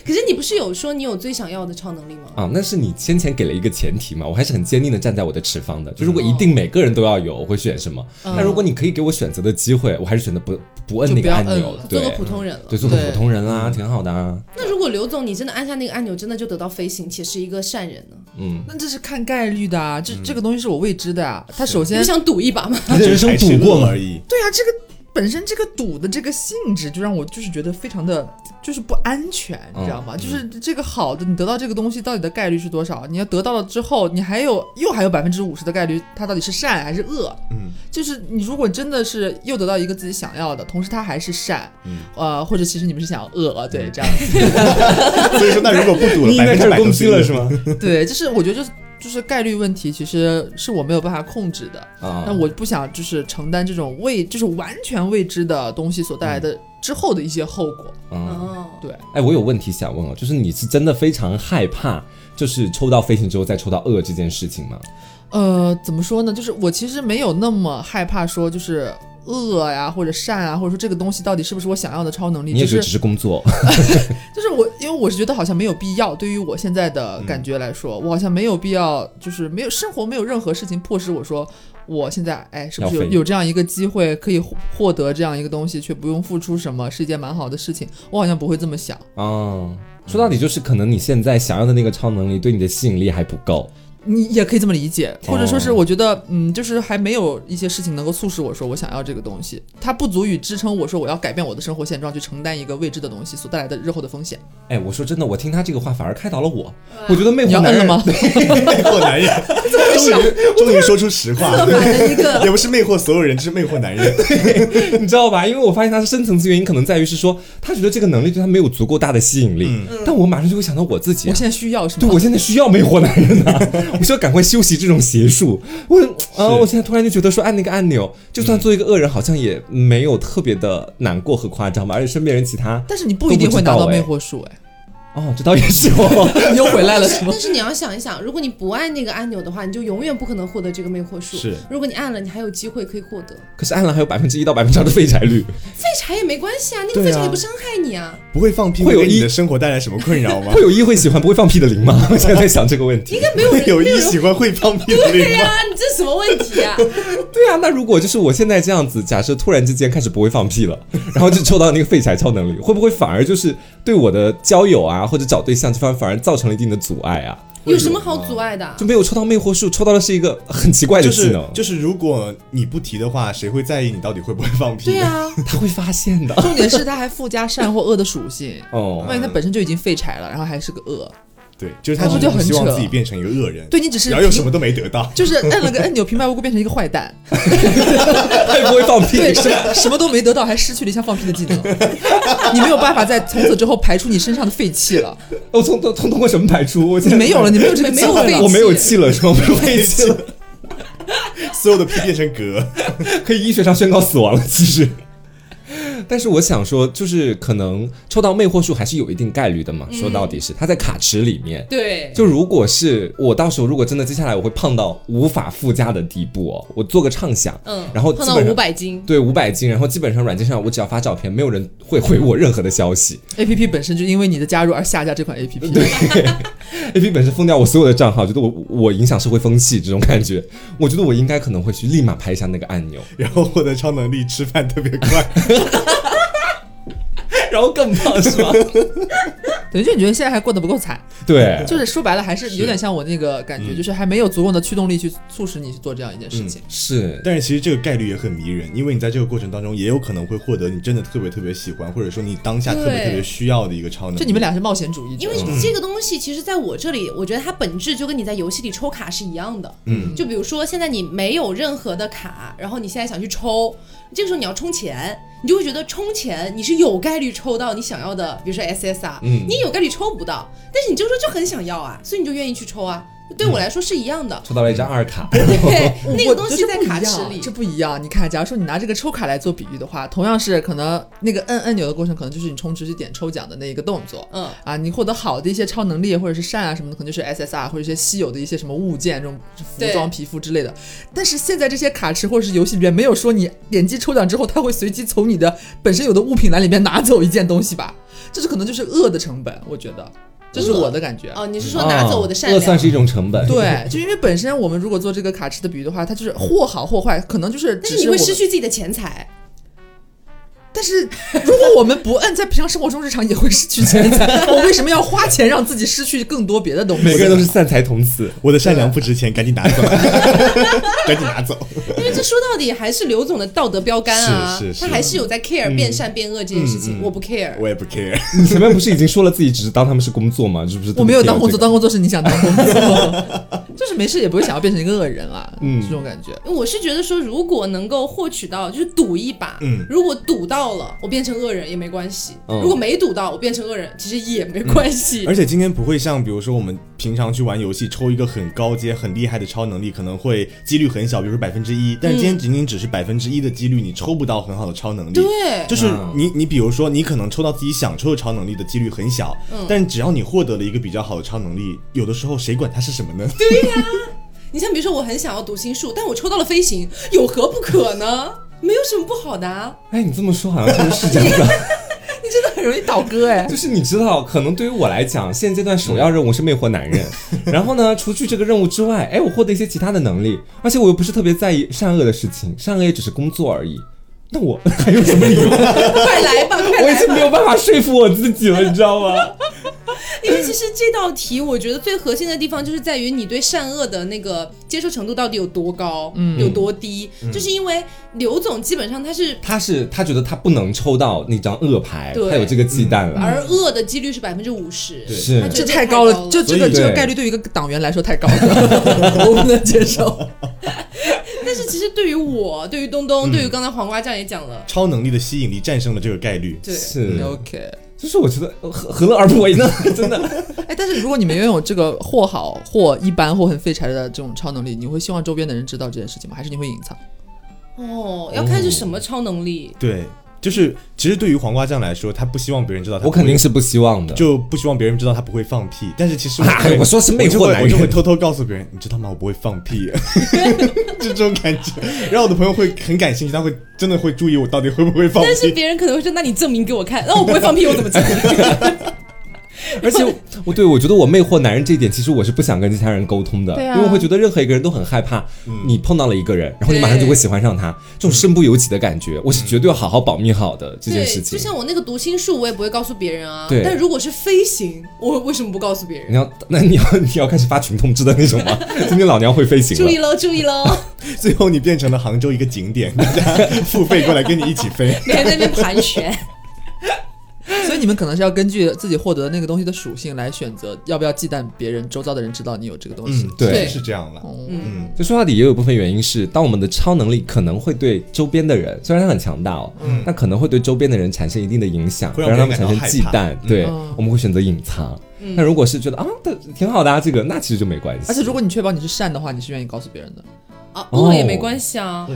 [SPEAKER 1] 可是你不是有说你有最想要的超能力吗？
[SPEAKER 2] 啊。那是你先前给了一个前提嘛，我还是很坚定的站在我的持方的。就如果一定每个人都要有，我会选什么？
[SPEAKER 1] 嗯
[SPEAKER 2] 那如果你可以给我选择的机会，我还是选择不不摁那个按钮
[SPEAKER 3] 就，
[SPEAKER 1] 呃做
[SPEAKER 2] 对
[SPEAKER 1] 个普通人了
[SPEAKER 2] 对，。做个普通人啊，挺好的啊。
[SPEAKER 1] 那如果刘总你真的按下那个按钮，真的就得到飞行，且是一个善人呢？
[SPEAKER 2] 嗯，
[SPEAKER 3] 那这是看概率的啊，
[SPEAKER 4] 嗯
[SPEAKER 3] 这、这个东西是我未知的啊。他首
[SPEAKER 1] 你
[SPEAKER 3] 先
[SPEAKER 1] 不想赌一把吗？
[SPEAKER 2] 你的人生赌过
[SPEAKER 4] 吗
[SPEAKER 2] 吗
[SPEAKER 4] 而？已。
[SPEAKER 3] 对啊，这个本身这个赌的这个性质就让我就是觉得非常的就是不安全，你知道
[SPEAKER 4] 嗯
[SPEAKER 3] 吗？就是这个好的，你得到这个东西到底的概率是多少？你要得到了之后，你还有又还有百分之五十的概率，它到底是善还是恶？
[SPEAKER 4] 嗯，
[SPEAKER 3] 就是你如果真的是又得到一个自己想要的，同时它还是善，
[SPEAKER 4] 嗯
[SPEAKER 3] 呃，或者其实你们是想要恶， 对，这样子，
[SPEAKER 4] 所以说，那如果不赌了，
[SPEAKER 2] 你应
[SPEAKER 4] 百
[SPEAKER 2] 该
[SPEAKER 4] 分之
[SPEAKER 2] 开
[SPEAKER 4] 百
[SPEAKER 2] 始
[SPEAKER 4] 都
[SPEAKER 2] 攻击了
[SPEAKER 4] 赢
[SPEAKER 2] 是？吗？
[SPEAKER 3] 对，就是我觉得就是就是概率问题，其实是我没有办法控制的。
[SPEAKER 2] 啊
[SPEAKER 3] 但我不想就是承担这种未就是完全未知的东西所带来的之后的一些后果。
[SPEAKER 2] 嗯，
[SPEAKER 1] 哦，
[SPEAKER 3] 对，
[SPEAKER 2] 哎，我有问题想问哦，就是你是真的非常害怕，就是抽到飞行之后再抽到恶这件事情吗？
[SPEAKER 3] 呃，怎么说呢？就是我其实没有那么害怕说就是恶呀，或者善啊，或者说这个东西到底是不是我想要的超能力，
[SPEAKER 2] 你也觉
[SPEAKER 3] 就是
[SPEAKER 2] 得只是工 作？
[SPEAKER 3] 就是我，因为我是觉得好像没有必要。对于我现在的感觉来
[SPEAKER 2] 嗯
[SPEAKER 3] 说，我好像没有必要，就是没有生活没有任何事情迫使我说，我现在哎，是不是
[SPEAKER 2] 要
[SPEAKER 3] 有
[SPEAKER 2] 飞
[SPEAKER 3] 有这样一个机会可以获获得这样一个东西，却不用付出什么，是一件蛮好的事情。我好像不会这么想。
[SPEAKER 2] 哦，说到底就是可能你现在想要的那个超能力对你的吸引力还不够，
[SPEAKER 3] 你也可以这么理解，或者说是
[SPEAKER 2] 哦
[SPEAKER 3] 我觉得，嗯，就是还没有一些事情能够促使我说我想要这个东西，它不足以支撑我说我要改变我的生活现状去承担一个未知的东西所带来的日后的风险。
[SPEAKER 2] 哎，我说真的，我听他这个话反而开导了我。哎我觉得魅
[SPEAKER 3] 你
[SPEAKER 2] 惑
[SPEAKER 3] 要
[SPEAKER 2] 男人
[SPEAKER 3] 摁了吗？
[SPEAKER 4] 魅惑哎男人，终于终于说出实话
[SPEAKER 1] 刻，板的一个
[SPEAKER 4] 也不是魅惑所有人，就是魅惑男人。
[SPEAKER 2] 你知道吧？因为我发现他的深层次原因可能在于是说，他觉得这个能力对他没有足够大的吸引力。但我马上就会想到我自己、
[SPEAKER 3] 嗯我
[SPEAKER 2] 啊，
[SPEAKER 3] 现在需要是
[SPEAKER 2] 对
[SPEAKER 3] 吗？
[SPEAKER 2] 我现在需要魅惑男人啊！我需要赶快修习这种邪术。我啊，
[SPEAKER 4] 是
[SPEAKER 2] 我现在突然就觉得说按那个按钮，就算做一个恶人，好像也没有特别的难过和夸张吧。而且身边人其他
[SPEAKER 3] 但是你不一定会拿到魅惑术，哎，
[SPEAKER 2] 哦，这倒也是哦。
[SPEAKER 3] 你又回来了是吗
[SPEAKER 1] 但？是你要想一想，如果你不按那个按钮的话，你就永远不可能获得这个魅惑术。
[SPEAKER 4] 是
[SPEAKER 1] 如果你按了，你还有机会可以获得。
[SPEAKER 2] 可是按了还有百分之一到百分之二的废柴率，
[SPEAKER 1] 废柴也没关系啊，那个
[SPEAKER 2] 对啊
[SPEAKER 1] 废柴也不伤害你啊。
[SPEAKER 4] 不会放屁
[SPEAKER 2] 会有
[SPEAKER 4] 会给
[SPEAKER 2] 一
[SPEAKER 4] 你的生活带来什么困扰吗
[SPEAKER 2] 会？有一会喜欢不会放屁的零吗？ 我现在在想这个问题。
[SPEAKER 1] 没有
[SPEAKER 4] 会
[SPEAKER 1] 人
[SPEAKER 4] 有
[SPEAKER 1] 没
[SPEAKER 4] 一
[SPEAKER 1] 人
[SPEAKER 4] 喜欢会放屁的
[SPEAKER 1] 对
[SPEAKER 4] 人吗？
[SPEAKER 1] 呀、啊你这什么问题 啊？
[SPEAKER 2] 对啊，那如果就是我现在这样子，假设突然之间开始不会放屁了，然后就抽到那个废柴超能力，会不会反而就是对我的交友啊或者找对象这方面反而造成了一定的阻碍啊？
[SPEAKER 1] 有什么好阻碍的啊？
[SPEAKER 2] 就没有抽到魅惑术，抽到的是一个很奇怪的
[SPEAKER 4] 就
[SPEAKER 2] 技
[SPEAKER 4] 是
[SPEAKER 2] 能，
[SPEAKER 4] 就是，如果你不提的话，谁会在意你到底会不会放屁？
[SPEAKER 1] 对啊，
[SPEAKER 2] 他会发现的。
[SPEAKER 3] 重点是它还附加善或恶的属性，
[SPEAKER 2] 哦，
[SPEAKER 3] 万一它本身就已经废柴了，然后还是个恶，
[SPEAKER 4] 对，就是他
[SPEAKER 3] 那不
[SPEAKER 4] 只
[SPEAKER 3] 就是
[SPEAKER 4] 不
[SPEAKER 3] 很
[SPEAKER 4] 希望
[SPEAKER 3] 扯
[SPEAKER 4] 自己变成一个恶人，
[SPEAKER 3] 对你只是
[SPEAKER 4] 然后又什么都没得到。
[SPEAKER 3] 就是按了个按钮，平白无故变成一个坏蛋，
[SPEAKER 2] 他也不会放屁。
[SPEAKER 3] 对，什么什么都没得到，还失去了一项放屁的技能，你没有办法在从此之后排出你身上的废气了，
[SPEAKER 2] 我从从通过什么排出？我现
[SPEAKER 3] 你
[SPEAKER 2] 在
[SPEAKER 3] 没有了，你没有这个机
[SPEAKER 1] 没有
[SPEAKER 3] 会
[SPEAKER 1] 废
[SPEAKER 3] 了
[SPEAKER 1] 气
[SPEAKER 2] 我。没有气了，是吗？没有废气了，
[SPEAKER 4] 所有的屁变成嗝，
[SPEAKER 2] 可以医学上宣告死亡了。其实，但是我想说，就是可能抽到魅惑术还是有一定概率的嘛。说到底是他在卡池里面，
[SPEAKER 1] 嗯对，
[SPEAKER 2] 就如果是我到时候如果真的接下来我会胖到无法附加的地步哦，我做个畅想，
[SPEAKER 1] 嗯，
[SPEAKER 2] 然后
[SPEAKER 1] 碰
[SPEAKER 2] 基
[SPEAKER 1] 到
[SPEAKER 2] 本
[SPEAKER 1] 五
[SPEAKER 2] 上。
[SPEAKER 1] 百斤，
[SPEAKER 2] 对五百斤，然后基本上软件上我只要发照片，没有人会回我任何的消息。
[SPEAKER 3] A P P 本身就因为你的加入而下架这款 A P P，对，
[SPEAKER 2] A P 本身封掉我所有的账号，觉得我我影响社会风气这种感觉，我觉得我应该可能会去立马拍一下那个按钮，
[SPEAKER 4] 然后获得超能力，吃饭特别快。
[SPEAKER 2] 然后更胖是 吧？
[SPEAKER 3] 等于就你觉得现在还过得不够惨，
[SPEAKER 2] 对，
[SPEAKER 3] 就是说白了还是有点像我那个感
[SPEAKER 2] 嗯
[SPEAKER 3] 觉，就是还没有足够的驱动力去促使你去做这样一件事情。
[SPEAKER 2] 是
[SPEAKER 4] 但是其实这个概率也很迷人，因为你在这个过程当中也有可能会获得你真的特别特别喜欢，或者说你当下特别
[SPEAKER 1] 对
[SPEAKER 4] 特别需要的一个超能力。
[SPEAKER 3] 就你们俩是冒险主义者，
[SPEAKER 1] 因为这个东西其实在我这里，我觉得它本质就跟你在游戏里抽卡是一样的。
[SPEAKER 4] 嗯，
[SPEAKER 1] 就比如说现在你没有任何的卡，然后你现在想去抽，这个时候你要充钱，你就会觉得充钱你是有概率抽到你想要的，比如说 SSR，、
[SPEAKER 2] 嗯
[SPEAKER 1] 你有概率抽不到，但是你这个时候就很想要啊，所以你就愿意去抽啊。对我来说是一样的，
[SPEAKER 2] 抽到了一张二卡，
[SPEAKER 1] 对，
[SPEAKER 3] 我
[SPEAKER 1] 那个东西
[SPEAKER 3] 嗯我觉
[SPEAKER 1] 在
[SPEAKER 3] 得不一
[SPEAKER 1] 卡
[SPEAKER 3] 样
[SPEAKER 1] 池里，
[SPEAKER 3] 这不一样。你看，假如说你拿这个抽卡来做比喻的话，同样是可能那个摁按钮的过程，可能就是你充值去点抽奖的那一个动作。
[SPEAKER 1] 嗯，
[SPEAKER 3] 啊，你获得好的一些超能力或者是善啊什么的，可能就是 SSR 或者一些稀有的一些什么物件，这种服装、
[SPEAKER 1] 对
[SPEAKER 3] 皮肤之类的。但是现在这些卡池或者是游戏里面没有说你点击抽奖之后，它会随机从你的本身有的物品栏里面拿走一件东西吧？这是可能就是恶的成本，我觉得这是我的感觉。
[SPEAKER 1] 哦，你是说拿走我的善良？
[SPEAKER 2] 啊恶算是一种成本。
[SPEAKER 3] 对，就因为本身我们如果做这个卡池的比喻的话，它就是或好或坏，可能就是
[SPEAKER 1] 但
[SPEAKER 3] 只
[SPEAKER 1] 是你
[SPEAKER 3] 我
[SPEAKER 1] 会
[SPEAKER 3] 们
[SPEAKER 1] 失去自己的钱财，
[SPEAKER 3] 但是如果我们不摁，在平常生活中日常也会失去钱财。 我为什么要花钱让自己失去更多别的东西？
[SPEAKER 2] 每个人都是散财童子。
[SPEAKER 4] 我的善良不值钱，赶紧拿 走， 赶紧拿走。
[SPEAKER 1] 因为这说到底还是刘总的道德标杆啊，
[SPEAKER 4] 是是是
[SPEAKER 1] 他还是有在 care 变善变恶这件事情，
[SPEAKER 4] 嗯嗯
[SPEAKER 1] 我不 care。
[SPEAKER 4] 我也不 care。
[SPEAKER 2] 你前面不是已经说了自己只是当他们是工作吗？是不是？
[SPEAKER 3] 我没有当工作，
[SPEAKER 2] 这个
[SPEAKER 3] 当工作是你想当工 作，就是没事也不会想要变成一个恶人啦，
[SPEAKER 2] 嗯
[SPEAKER 3] 这种感觉。
[SPEAKER 1] 我是觉得说，如果能够获取到，就是赌一把，
[SPEAKER 4] 嗯
[SPEAKER 1] 如果赌到了，我变成恶人也没关系；
[SPEAKER 2] 嗯
[SPEAKER 1] 如果没赌到，我变成恶人其实也没关系。
[SPEAKER 4] 嗯而且今天不会像比如说我们平常去玩游戏抽一个很高阶、很厉害的超能力，可能会几率很小，比如说百分之
[SPEAKER 1] 嗯
[SPEAKER 4] 一。但是今天仅仅只是百分之一的几率，你抽不到很好的超能力。
[SPEAKER 1] 对，
[SPEAKER 4] 就是
[SPEAKER 2] 嗯
[SPEAKER 4] 你，你比如说，你可能抽到自己想抽的超能力的几率很小，
[SPEAKER 1] 嗯
[SPEAKER 4] 但只要你获得了一个比较好的超能力，有的时候谁管它是什么呢？
[SPEAKER 1] 你像比如说，我很想要读心术，但我抽到了飞行，有何不可呢？没有什么不好的、啊。
[SPEAKER 2] 哎，你这么说好像真的是这样的。
[SPEAKER 3] 你真的很容易倒戈哎
[SPEAKER 2] 就，是你知道，可能对于我来讲，现阶段首要任务是魅惑男 人。然后呢，除去这个任务之外，哎，我获得一些其他的能力，而且我又不是特别在意善恶的事情，善恶也只是工作而已。那 我还有什么理由？
[SPEAKER 1] 快来吧，快
[SPEAKER 2] 我已
[SPEAKER 1] 来
[SPEAKER 2] 经没
[SPEAKER 1] 吧！
[SPEAKER 2] 有办法说服我自己了，你知道吗？
[SPEAKER 1] 因为其实这道题，我觉得最核心的地方就是在于你对善恶的那个接受程度到底有多高，
[SPEAKER 2] 嗯
[SPEAKER 1] 有多低。就是因为刘总基本上他是，
[SPEAKER 2] 他是他觉得他不能抽到那张恶牌，
[SPEAKER 1] 对
[SPEAKER 2] 他有这个忌惮
[SPEAKER 3] 嗯
[SPEAKER 2] 了。嗯
[SPEAKER 1] 而恶的几率是百分之五十，
[SPEAKER 4] 对
[SPEAKER 2] 是
[SPEAKER 1] 他觉
[SPEAKER 3] 这
[SPEAKER 1] 得
[SPEAKER 3] 太
[SPEAKER 1] 高
[SPEAKER 3] 高了，就这
[SPEAKER 2] 所
[SPEAKER 3] 个
[SPEAKER 2] 以
[SPEAKER 3] 这个
[SPEAKER 2] 对
[SPEAKER 3] 概率对于一个党员来说太高了， 我不能接受。
[SPEAKER 1] 但是其实对于我，对于东东，
[SPEAKER 2] 嗯
[SPEAKER 1] 对于刚才黄瓜酱也讲了，
[SPEAKER 4] 超能力的吸引力战胜了这个概率。
[SPEAKER 1] 对，
[SPEAKER 2] 是，
[SPEAKER 3] OK，
[SPEAKER 2] 就是我觉得何何乐而不为呢？ 真的，
[SPEAKER 3] 哎，但是如果你们拥有这个或好或一般或很废柴的这种超能力，你会希望周边的人知道这件事情吗？还是你会隐藏？
[SPEAKER 1] 哦，要看是什么超能
[SPEAKER 2] 哦
[SPEAKER 1] 力。
[SPEAKER 4] 对，就是其实对于黄瓜酱来说，他不希望别人知道他不
[SPEAKER 2] 我
[SPEAKER 4] 会，
[SPEAKER 2] 肯定是不希望的。
[SPEAKER 4] 就不希望别人知道他不会放屁。但是其实我
[SPEAKER 2] 哎
[SPEAKER 4] 会
[SPEAKER 2] 我说是魅
[SPEAKER 4] 我就
[SPEAKER 2] 惑
[SPEAKER 4] 会
[SPEAKER 2] 男
[SPEAKER 4] 我就
[SPEAKER 2] 人
[SPEAKER 4] 会偷偷告诉别人，你知道吗？我不会放屁， 就这种感觉。然后我的朋友会很感兴趣，他会真的会注意我到底会不会放
[SPEAKER 1] 但是
[SPEAKER 4] 屁。
[SPEAKER 1] 别人可能会说，那你证明给我看，那我不会放屁，我怎么证明？
[SPEAKER 2] 而且我我 对我觉得我魅惑男人这一点，其实我是不想跟其他人沟通的，
[SPEAKER 1] 对啊
[SPEAKER 2] 因为我会觉得任何一个人都很害怕，你碰到了一个人，然后你马上就会喜欢上他，这种身不由己的感觉，我是绝对要好好保密好 的这件事
[SPEAKER 1] 对，
[SPEAKER 2] 情
[SPEAKER 1] 就。像我那个读心术，我也不会告诉别人啊。
[SPEAKER 2] 对
[SPEAKER 1] 但如果是飞行，我为什么不告诉别人？
[SPEAKER 2] 你要 那你要你要开始发群通知的那种吗？今天老娘会飞行
[SPEAKER 1] 注
[SPEAKER 2] 了
[SPEAKER 1] 意。喽，注意喽！
[SPEAKER 4] 最后你变成了杭州一个景点， 大家付费过来跟你一起飞。
[SPEAKER 1] 每天在那边盘旋，
[SPEAKER 3] 所以你们可能是要根据自己获得那个东西的属性来选择要不要忌惮别人周遭的人知道你有这个东西。
[SPEAKER 4] 嗯，
[SPEAKER 2] 对
[SPEAKER 4] 是这样了。
[SPEAKER 3] 哦，
[SPEAKER 4] 嗯，
[SPEAKER 2] 就说到底，也有一部分原因是，当我们的超能力可能会对周边的人，虽然他很强大哦，
[SPEAKER 4] 嗯
[SPEAKER 2] 但可能会对周边的人产生一定的影响，
[SPEAKER 4] 会
[SPEAKER 2] 让
[SPEAKER 4] 让
[SPEAKER 2] 他
[SPEAKER 4] 别人
[SPEAKER 2] 们产生忌
[SPEAKER 4] 感
[SPEAKER 2] 惮。对
[SPEAKER 3] 嗯，
[SPEAKER 2] 我们会选择隐藏。那如果是觉得啊，对挺好的啊，这个那其实就没关系。
[SPEAKER 3] 而且如果你确保你是善的话，你是愿意告诉别人的。
[SPEAKER 1] 啊，
[SPEAKER 2] 哦
[SPEAKER 1] 饿也没关系啊，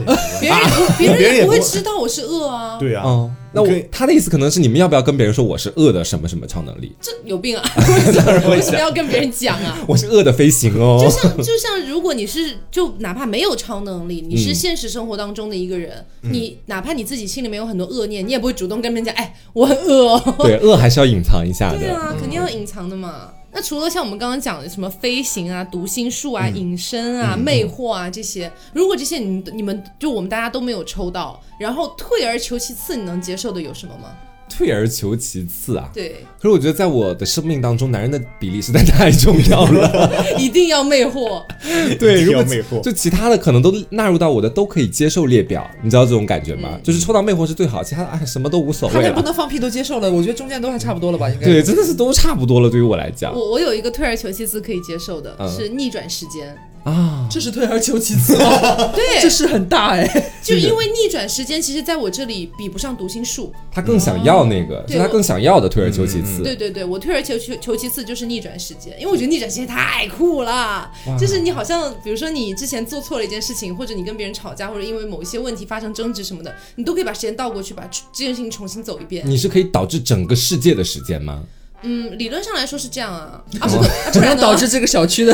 [SPEAKER 1] 别人别
[SPEAKER 4] 别
[SPEAKER 1] 人
[SPEAKER 4] 人也
[SPEAKER 1] 也不会
[SPEAKER 4] 不
[SPEAKER 1] 知道我是饿啊，
[SPEAKER 4] 对啊，
[SPEAKER 2] 哦，那我
[SPEAKER 4] 你可以
[SPEAKER 2] 他的意思可能是你们要不要跟别人说我是恶的什么什么超能力，
[SPEAKER 1] 这有病啊！为什么为什么要跟别人讲啊？
[SPEAKER 2] 我是恶的飞行哦
[SPEAKER 1] 就。像就像，如果你是就哪怕没有超能力，你是现实生活当中的一个人，你哪怕你自己心里面有很多恶念，你也不会主动跟别人讲，哎，我很恶哦。
[SPEAKER 2] 对，恶还是要隐藏一下
[SPEAKER 1] 对
[SPEAKER 2] 的。
[SPEAKER 1] 啊，肯定要隐藏的嘛。那除了像我们刚刚讲的什么飞行啊、读心术啊、隐身啊、魅惑啊这些，如果这些你你们就我们大家都没有抽到，然后退而求其次，你能接受的有什么吗？
[SPEAKER 2] 退而求其次啊，
[SPEAKER 1] 对，
[SPEAKER 2] 可是我觉得在我的生命当中，男人的比例实在太重要了。
[SPEAKER 1] 一定要魅惑。
[SPEAKER 2] 对，如果
[SPEAKER 4] 一定要魅惑
[SPEAKER 2] 就其他的可能都纳入到我的都可以接受列表，你知道这种感觉吗？就是抽到魅惑是最好，其他的哎什么都无所
[SPEAKER 3] 他
[SPEAKER 2] 谓
[SPEAKER 3] 们不
[SPEAKER 2] 了。
[SPEAKER 3] 能放屁都接受了，我觉得中间都还差不多了吧？应 该。
[SPEAKER 2] 对，真的是都差不多了，对于我来讲
[SPEAKER 1] 我我有一个退而求其次可以接受的，
[SPEAKER 2] 嗯
[SPEAKER 1] 是逆转时间。
[SPEAKER 2] 啊，
[SPEAKER 3] 这是退而求其次吗？
[SPEAKER 1] 对，
[SPEAKER 3] 这是很大哎。
[SPEAKER 1] 就因为逆转时间，其实在我这里比不上读心术。
[SPEAKER 2] 他更想要那个，
[SPEAKER 1] 对
[SPEAKER 2] 是他
[SPEAKER 1] 我
[SPEAKER 2] 更想要的退而求其次。
[SPEAKER 1] 对对对，我退而求求求其次就是逆转时间，因为我觉得逆转时间太酷了。就是你好像，比如说你之前做错了一件事情，或者你跟别人吵架，或者因为某一些问题发生争执什么的，你都可以把时间倒过去，把这件事情重新走一遍。
[SPEAKER 2] 你是可以导致整个世界的时间吗？
[SPEAKER 1] 嗯，理论上来说是这样啊。啊，这个啊 不
[SPEAKER 3] 怎么
[SPEAKER 1] 然
[SPEAKER 3] 样
[SPEAKER 1] 呢
[SPEAKER 3] 导致这个小区的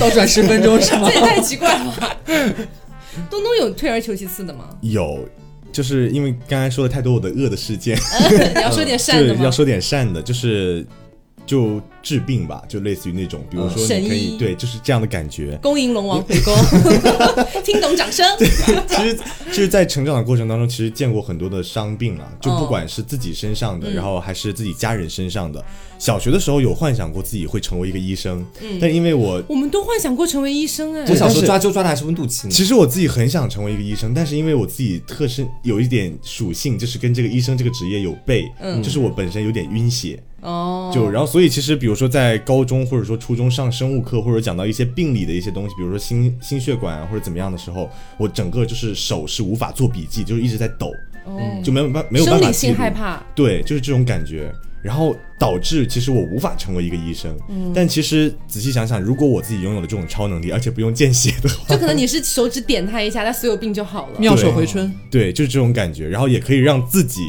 [SPEAKER 3] 倒转十分钟是吗
[SPEAKER 1] 这？也太奇怪了吧？东东有退而求其次的吗？
[SPEAKER 4] 有，就是因为刚才说了太多我的恶的事件，
[SPEAKER 1] 你要说点善的
[SPEAKER 4] 对，要
[SPEAKER 1] 吗？
[SPEAKER 4] 说点善的，就是就治病吧，就类似于那种，比如
[SPEAKER 2] 嗯
[SPEAKER 4] 说
[SPEAKER 1] 神
[SPEAKER 4] 你可以
[SPEAKER 1] 医
[SPEAKER 4] 对，就是这样的感觉。
[SPEAKER 1] 恭迎龙王回宫，听懂掌声。
[SPEAKER 4] 其实其实，在成长的过程当中，其实见过很多的伤病啊，就
[SPEAKER 1] 嗯
[SPEAKER 4] 不管是自己身上的，然后还是自己家人身上的。小学的时候有幻想过自己会成为一个医生，
[SPEAKER 1] 嗯
[SPEAKER 4] 但因为我
[SPEAKER 1] 我们都幻想过成为医生哎、
[SPEAKER 2] 我小时
[SPEAKER 4] 但
[SPEAKER 2] 候
[SPEAKER 4] 是
[SPEAKER 2] 抓阄抓的还是温度计呢。
[SPEAKER 4] 其实我自己很想成为一个医生，但是因为我自己特身有一点属性，就是跟这个医生这个职业有背，
[SPEAKER 1] 嗯
[SPEAKER 4] 就是我本身有点晕血，
[SPEAKER 1] 哦，
[SPEAKER 4] 就然后所以其实比如说在高中或者说初中上生物课或者讲到一些病理的一些东西，比如说心心血管啊或者怎么样的时候，我整个就是手是无法做笔记，就是一直在抖，
[SPEAKER 1] 哦
[SPEAKER 4] 就没有办没有办
[SPEAKER 1] 生
[SPEAKER 4] 法
[SPEAKER 1] 理
[SPEAKER 4] 记
[SPEAKER 1] 性
[SPEAKER 4] 录
[SPEAKER 1] 害怕，
[SPEAKER 4] 对，就是这种感觉。然后导致其实我无法成为一个医生，
[SPEAKER 1] 嗯
[SPEAKER 4] 但其实仔细想想，如果我自己拥有了这种超能力，而且不用见血的话，
[SPEAKER 1] 就可能你是手指点他一下，他所有病就好了。
[SPEAKER 3] 妙手回春，
[SPEAKER 4] 对，就是这种感觉，然后也可以让自己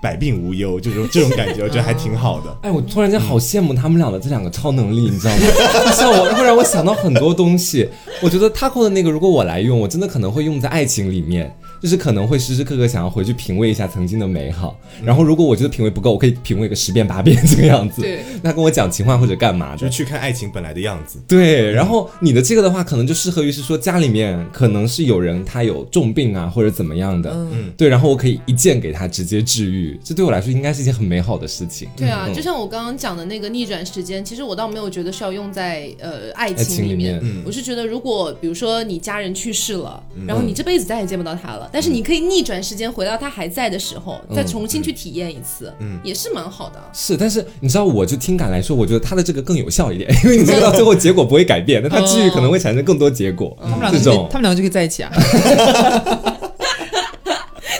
[SPEAKER 4] 百病无忧，就是这种感觉，我觉得还挺好的。
[SPEAKER 2] 哎，我突然间
[SPEAKER 4] 嗯
[SPEAKER 2] 好羡慕他们俩的这两个超能力，你知道吗？ 像我会让我想到很多东西。我觉得 Taco 的那个，如果我来用，我真的可能会用在爱情里面。就是可能会时时刻刻想要回去品味一下曾经的美好。
[SPEAKER 4] 嗯
[SPEAKER 2] 然后如果我觉得品味不够，我可以品味个十遍八遍这个样子。
[SPEAKER 3] 对，
[SPEAKER 2] 那跟我讲情话或者干嘛
[SPEAKER 4] 就
[SPEAKER 2] 的
[SPEAKER 4] 是。去看爱情本来的样子。
[SPEAKER 2] 对，然后你的这个的话，可能就适合于是说家里面可能是有人他有重病啊或者怎么样的，
[SPEAKER 3] 嗯
[SPEAKER 2] 对，然后我可以一键给他直接治愈，这对我来说应该是一件很美好的事情。
[SPEAKER 1] 对啊，
[SPEAKER 2] 嗯
[SPEAKER 1] 就像我刚刚讲的那个逆转时间，其实我倒没有觉得是要用在呃爱
[SPEAKER 2] 爱
[SPEAKER 1] 情
[SPEAKER 2] 情里面，
[SPEAKER 1] 我是觉得，如果比如说你家人去世了，然后你这辈子再也见不到他了，但是你可以逆转时间回到他还在的时候，再重新去体验一次，嗯，也是蛮好的。
[SPEAKER 2] 是，但是你知道，我就听感来说，我觉得他的这个更有效一点， 因为你这个到最后结果不会改变，但他治愈可能会产生更多结果。
[SPEAKER 3] 他们两
[SPEAKER 2] 这
[SPEAKER 3] 个就
[SPEAKER 2] 种
[SPEAKER 3] 他们两个就可以在一起啊。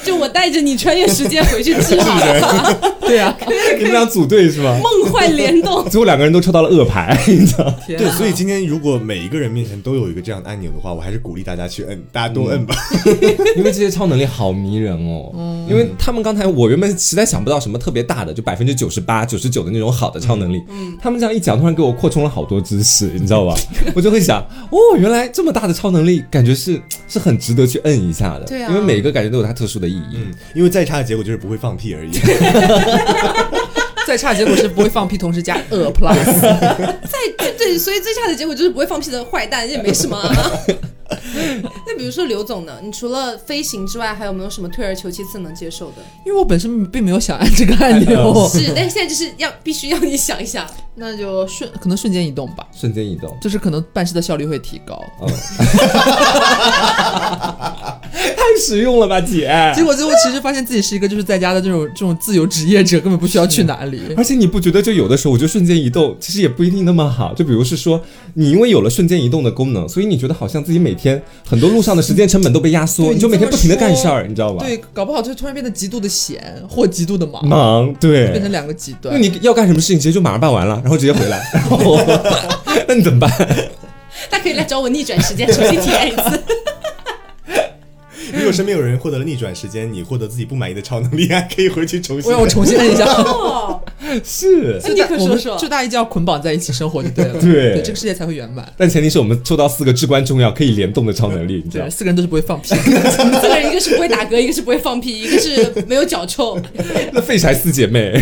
[SPEAKER 1] 就我带着你穿越时间回去治好，
[SPEAKER 3] 对啊，
[SPEAKER 2] 你们俩组队是吧？
[SPEAKER 1] 梦幻联 动。
[SPEAKER 2] 最后两个人都抽到了恶牌， 你知道？
[SPEAKER 3] 天啊
[SPEAKER 4] 对，所以今天如果每一个人面前都有一个这样的按钮的话，我还是鼓励大家去摁，大家都摁吧。
[SPEAKER 2] 因为这些超能力好迷人哦。因为他们刚才我原本实在想不到什么特别大的，就百分之九十八、九十九的那种好的超能力。他们这样一讲，突然给我扩充了好多知识，你知道吧？ 我就会想，哦，原来这么大的超能力，感觉是是很值得去摁一下的。
[SPEAKER 1] 对啊
[SPEAKER 2] 因为每个感觉都有它特殊的意义。
[SPEAKER 4] 嗯， 因为再差的结果就是不会放屁而已。
[SPEAKER 3] 再差结果是不会放屁，同时加 a plus。
[SPEAKER 1] 再哎对， 所以最差的结果就是不会放屁的坏蛋，也没什么、啊。 那比如说刘总呢？你除了飞行之外，还有没有什么退而求其次能接受的？
[SPEAKER 3] 因为我本身并没有想按这个按 钮，
[SPEAKER 1] 是，但是现在就是要必须要你想一下，
[SPEAKER 3] 哦那就瞬可能瞬间移动吧，
[SPEAKER 2] 瞬间移动。
[SPEAKER 3] 就是可能办事的效率会提高。
[SPEAKER 2] 太实用了吧，姐！
[SPEAKER 3] 结果最后其实发现自己是一个就是在家的这种这种自由职业者，根本不需要去哪 里。
[SPEAKER 2] 而且你不觉得就有的时候，我觉得瞬间移动其实也不一定那么好。就比如是说，你因为有了瞬间移动的功能，所以你觉得好像自己每天很多路上的时间成本都被压缩，
[SPEAKER 3] 对
[SPEAKER 2] 你就每天不停的干事儿，你知道吧？
[SPEAKER 3] 对，搞不好就突然变得极度的闲或极度的忙，
[SPEAKER 2] 忙
[SPEAKER 3] 变
[SPEAKER 2] 对
[SPEAKER 3] 成。两个极
[SPEAKER 2] 那
[SPEAKER 3] 端。
[SPEAKER 2] 你要干什么事情，直接就马上办完了，然后直接回来，然后 那你怎么办？
[SPEAKER 1] 他可以来找我逆转时间，重新体验一 次。
[SPEAKER 4] 如果身边有人获得了逆转时间，你获得自己不满意的超能力，还可以回去重
[SPEAKER 3] 我
[SPEAKER 4] 新。
[SPEAKER 3] 让我重新摁一 下。
[SPEAKER 1] 哦，
[SPEAKER 2] 是，
[SPEAKER 1] 那你可
[SPEAKER 3] 我
[SPEAKER 1] 说
[SPEAKER 3] 们
[SPEAKER 1] 说
[SPEAKER 3] 就大一就要捆绑在一起生活就对 了，
[SPEAKER 2] 对
[SPEAKER 3] 这个世界才会圆满。
[SPEAKER 2] 但前提是我们抽到四个至关重要可以联动的超能力，你知道
[SPEAKER 3] 对，
[SPEAKER 2] 吗？
[SPEAKER 3] 四个人都是不会放屁。
[SPEAKER 1] 四个人一个是不会打嗝，一个是不会放屁，一个是没有脚臭。
[SPEAKER 2] 那废柴四姐妹，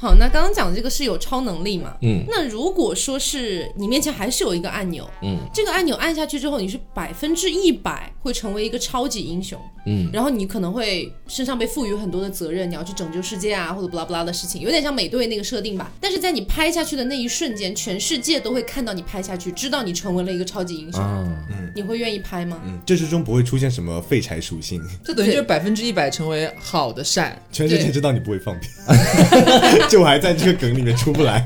[SPEAKER 1] 好，那刚刚讲的这个是有超能力嘛？
[SPEAKER 2] 嗯
[SPEAKER 1] 那如果说是你面前还是有一个按钮，
[SPEAKER 2] 嗯
[SPEAKER 1] 这个按钮按下去之后，你是百分之一百会成为一个超级英雄，
[SPEAKER 2] 嗯，
[SPEAKER 1] 然后你可能会身上被赋予很多的责任，你要去拯救世界啊，或者不拉不拉的事情，有点像美队那个设定吧。但是在你拍下去的那一瞬间，全世界都会看到你拍下去，知道你成为了一个超级英雄，
[SPEAKER 2] 啊，
[SPEAKER 1] 你会愿意拍吗？
[SPEAKER 4] 嗯，这之中不会出现什么废柴属性，
[SPEAKER 3] 这等于就是百分之一百成为好的善，
[SPEAKER 4] 全世界
[SPEAKER 1] 对
[SPEAKER 4] 知道你不会放屁， 就我还在这个梗里面出不来。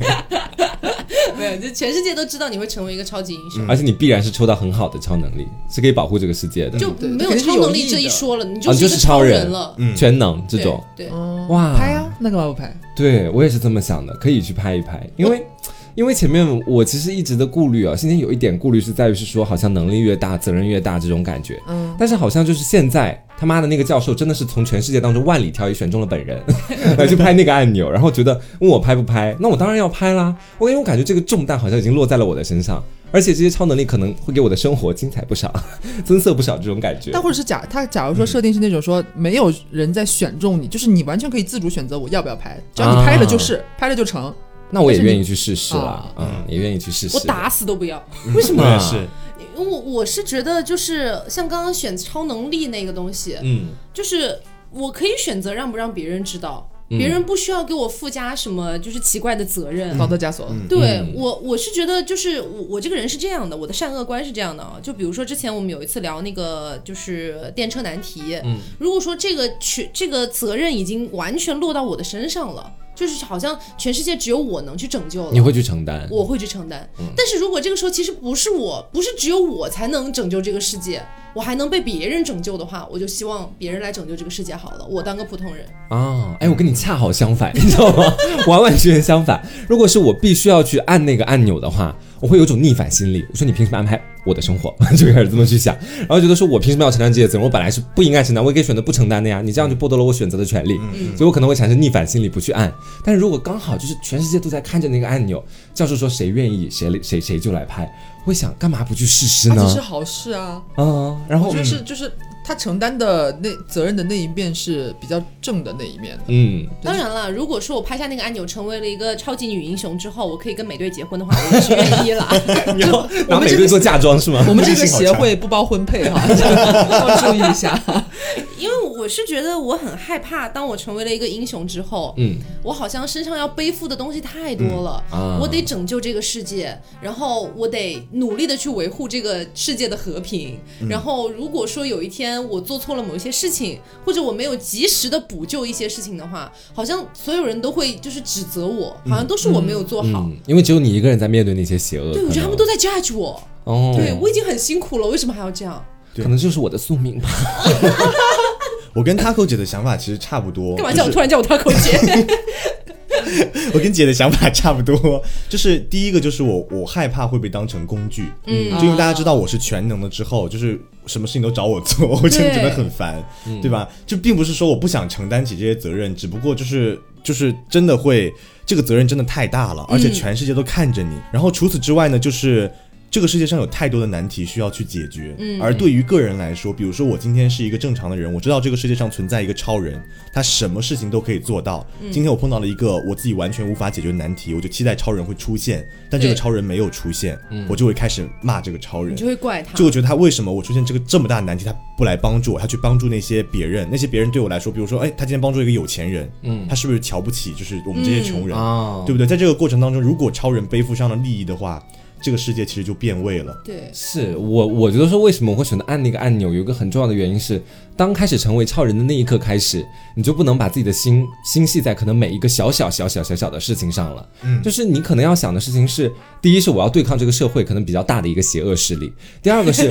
[SPEAKER 2] 嗯
[SPEAKER 1] 没有，就全世界都知道你会成为一个超级英雄，
[SPEAKER 2] 而且你必然是抽到很好的超能力，是可以保护这个世界的，
[SPEAKER 1] 就
[SPEAKER 3] 对
[SPEAKER 1] 没
[SPEAKER 3] 肯定是
[SPEAKER 1] 超
[SPEAKER 3] 有
[SPEAKER 1] 能
[SPEAKER 3] 利
[SPEAKER 1] 力这一
[SPEAKER 3] 的
[SPEAKER 1] 说了，你
[SPEAKER 2] 啊
[SPEAKER 1] 就
[SPEAKER 2] 你
[SPEAKER 1] 是一
[SPEAKER 2] 就
[SPEAKER 1] 个
[SPEAKER 2] 是超人
[SPEAKER 1] 了。
[SPEAKER 4] 嗯，
[SPEAKER 2] 全能这
[SPEAKER 1] 对
[SPEAKER 2] 种。
[SPEAKER 1] 对，
[SPEAKER 3] 哦
[SPEAKER 2] 哇
[SPEAKER 3] 拍啊，那干嘛不拍？
[SPEAKER 2] 对我也是这么想的，可以去拍一拍，因为。因为前面我其实一直的顾虑啊，今天有一点顾虑是在于是说，好像能力越大，责任越大这种感觉。
[SPEAKER 3] 嗯，
[SPEAKER 2] 但是好像就是现在他妈的那个教授真的是从全世界当中万里挑一选中了 本人来去拍那个按钮，然后觉得问我拍不拍，那我当然要拍啦。我因为我感觉这个重担好像已经落在了我的身上，而且这些超能力可能会给我的生活精彩不少， 增色不少这种感觉
[SPEAKER 3] 但。或者是假他假如说设定是那种说没有人在选中你，就是你完全可以自主选择我要不要拍，只要你拍了就是，拍了就成。
[SPEAKER 2] 那我也
[SPEAKER 3] 但是你
[SPEAKER 2] 愿意去试试啦，嗯，也愿意去试试。
[SPEAKER 1] 我打死都不要。
[SPEAKER 2] 为什么啊？
[SPEAKER 4] 是，
[SPEAKER 1] 因为我我是觉得，就是像刚刚选超能力那个东西，
[SPEAKER 2] 嗯，
[SPEAKER 1] 就是我可以选择让不让别人知道，
[SPEAKER 2] 嗯
[SPEAKER 1] 别人不需要给我附加什么就是奇怪的责任。
[SPEAKER 3] 劳德加索，
[SPEAKER 1] 对、
[SPEAKER 2] 嗯
[SPEAKER 1] 我，我是觉得就是我我这个人是这样的，我的善恶观是这样的啊。就比如说之前我们有一次聊那个就是电车难题，
[SPEAKER 2] 嗯
[SPEAKER 1] 如果说这个全这个责任已经完全落到我的身上了，就是好像全世界只有我能去拯救了，
[SPEAKER 2] 你会去承担？
[SPEAKER 1] 我会去承担。但是如果这个时候其实不是我，不是只有我才能拯救这个世界，我还能被别人拯救的话，我就希望别人来拯救这个世界好了，我当个普通人。
[SPEAKER 2] 啊，哎，我跟你恰好相反，你 知道吗？完完全全相反。如果是我必须要去按那个按钮的话，我会有种逆反心理。我说你凭什么安排我的生活？ 就开始这么去想，然后觉得说我凭什么要承担这些责任？我本来是不应该承担，我也可以选择不承担的呀。你这样就剥夺了我选择的权利，所以我可能会产生逆反心理，不去按。但是如果刚好就是全世界都在看着那个按钮，教授说谁愿意谁谁谁就来拍，我会想干嘛不去试试
[SPEAKER 3] 而且
[SPEAKER 2] 呢
[SPEAKER 3] 是？好事啊。
[SPEAKER 2] 啊，然后
[SPEAKER 3] 就是就是他承担的那责任的那一面是比较正的那一面的。
[SPEAKER 2] 嗯，
[SPEAKER 1] 当然了，如果说我拍下那个按钮，成为了一个超级女英雄之后，我可以跟美队结婚的话，我也是愿 意啦。
[SPEAKER 2] 然后
[SPEAKER 3] 我
[SPEAKER 2] 拿
[SPEAKER 3] 们
[SPEAKER 2] 美
[SPEAKER 3] 这
[SPEAKER 2] 队
[SPEAKER 3] 个
[SPEAKER 2] 做嫁妆是吗？
[SPEAKER 3] 我们这个协会不包婚配哈、 要注意一下。
[SPEAKER 1] 因为我是觉得我很害怕，当我成为了一个英雄之后，
[SPEAKER 2] 嗯
[SPEAKER 1] 我好像身上要背负的东西太多了，
[SPEAKER 2] 啊
[SPEAKER 1] 我得拯救这个世界，然后我得努力的去维护这个世界的和平。
[SPEAKER 2] 嗯
[SPEAKER 1] 然后如果说有一天我做错了某一些事情，或者我没有及时的补救一些事情的话，好像所有人都会就是指责我，好像都是我没有做好。
[SPEAKER 2] 嗯，因为只有你一个人在面对那些邪恶，
[SPEAKER 1] 对，我觉得他们
[SPEAKER 2] 可
[SPEAKER 1] 都在 judge 我，
[SPEAKER 2] 能哦，
[SPEAKER 1] 对我已经很辛苦了，为什么还要这样？
[SPEAKER 4] 对
[SPEAKER 2] 可能就是我的宿命吧。
[SPEAKER 4] 我跟 Taco 姐的想法其实差不多，
[SPEAKER 1] 干嘛
[SPEAKER 4] 就
[SPEAKER 1] 叫我
[SPEAKER 4] 是
[SPEAKER 1] 突然叫我大口姐？
[SPEAKER 4] 我跟姐的想法差不多，就是第一个就是我我害怕会被当成工具，
[SPEAKER 1] 嗯
[SPEAKER 4] 就因为大家知道我是全能的之后，就是什么事情都找我做，我真的觉得很烦，对吧？就并不是说我不想承担起这些责任，只不过就是就是真的会这个责任真的太大了，而且全世界都看着你。然后除此之外呢，就是。这个世界上有太多的难题需要去解决，而对于个人来说，比如说我今天是一个正常的人，我知道这个世界上存在一个超人，他什么事情都可以做到。今天我碰到了一个我自己完全无法解决的难题，我就期待超人会出现，但这个
[SPEAKER 1] 对
[SPEAKER 4] 超人没有出现，我就会开始骂这个超人
[SPEAKER 1] 你就。会怪他
[SPEAKER 4] 就。我觉得他为什么我出现这个这么大的难题，他不来帮助我，他去帮助那些别人，那些别人对我来说，比如说，哎，他今天帮助一个有钱人，嗯，他是不是瞧不起就是我们这些穷人，
[SPEAKER 2] 啊
[SPEAKER 4] 对不对？在这个过程当中，如果超人背负上了利益的话，这个世界其实就变味了。
[SPEAKER 1] 对，
[SPEAKER 2] 是我，我觉得说为什么我会选择按那个按钮，有一个很重要的原因是，当开始成为超人的那一刻开始，你就不能把自己的心心系在可能每一个小小小小小小的事情上了。嗯，就是你可能要想的事情是，第一是我要对抗这个社会可能比较大的一个邪恶势力，第二个是，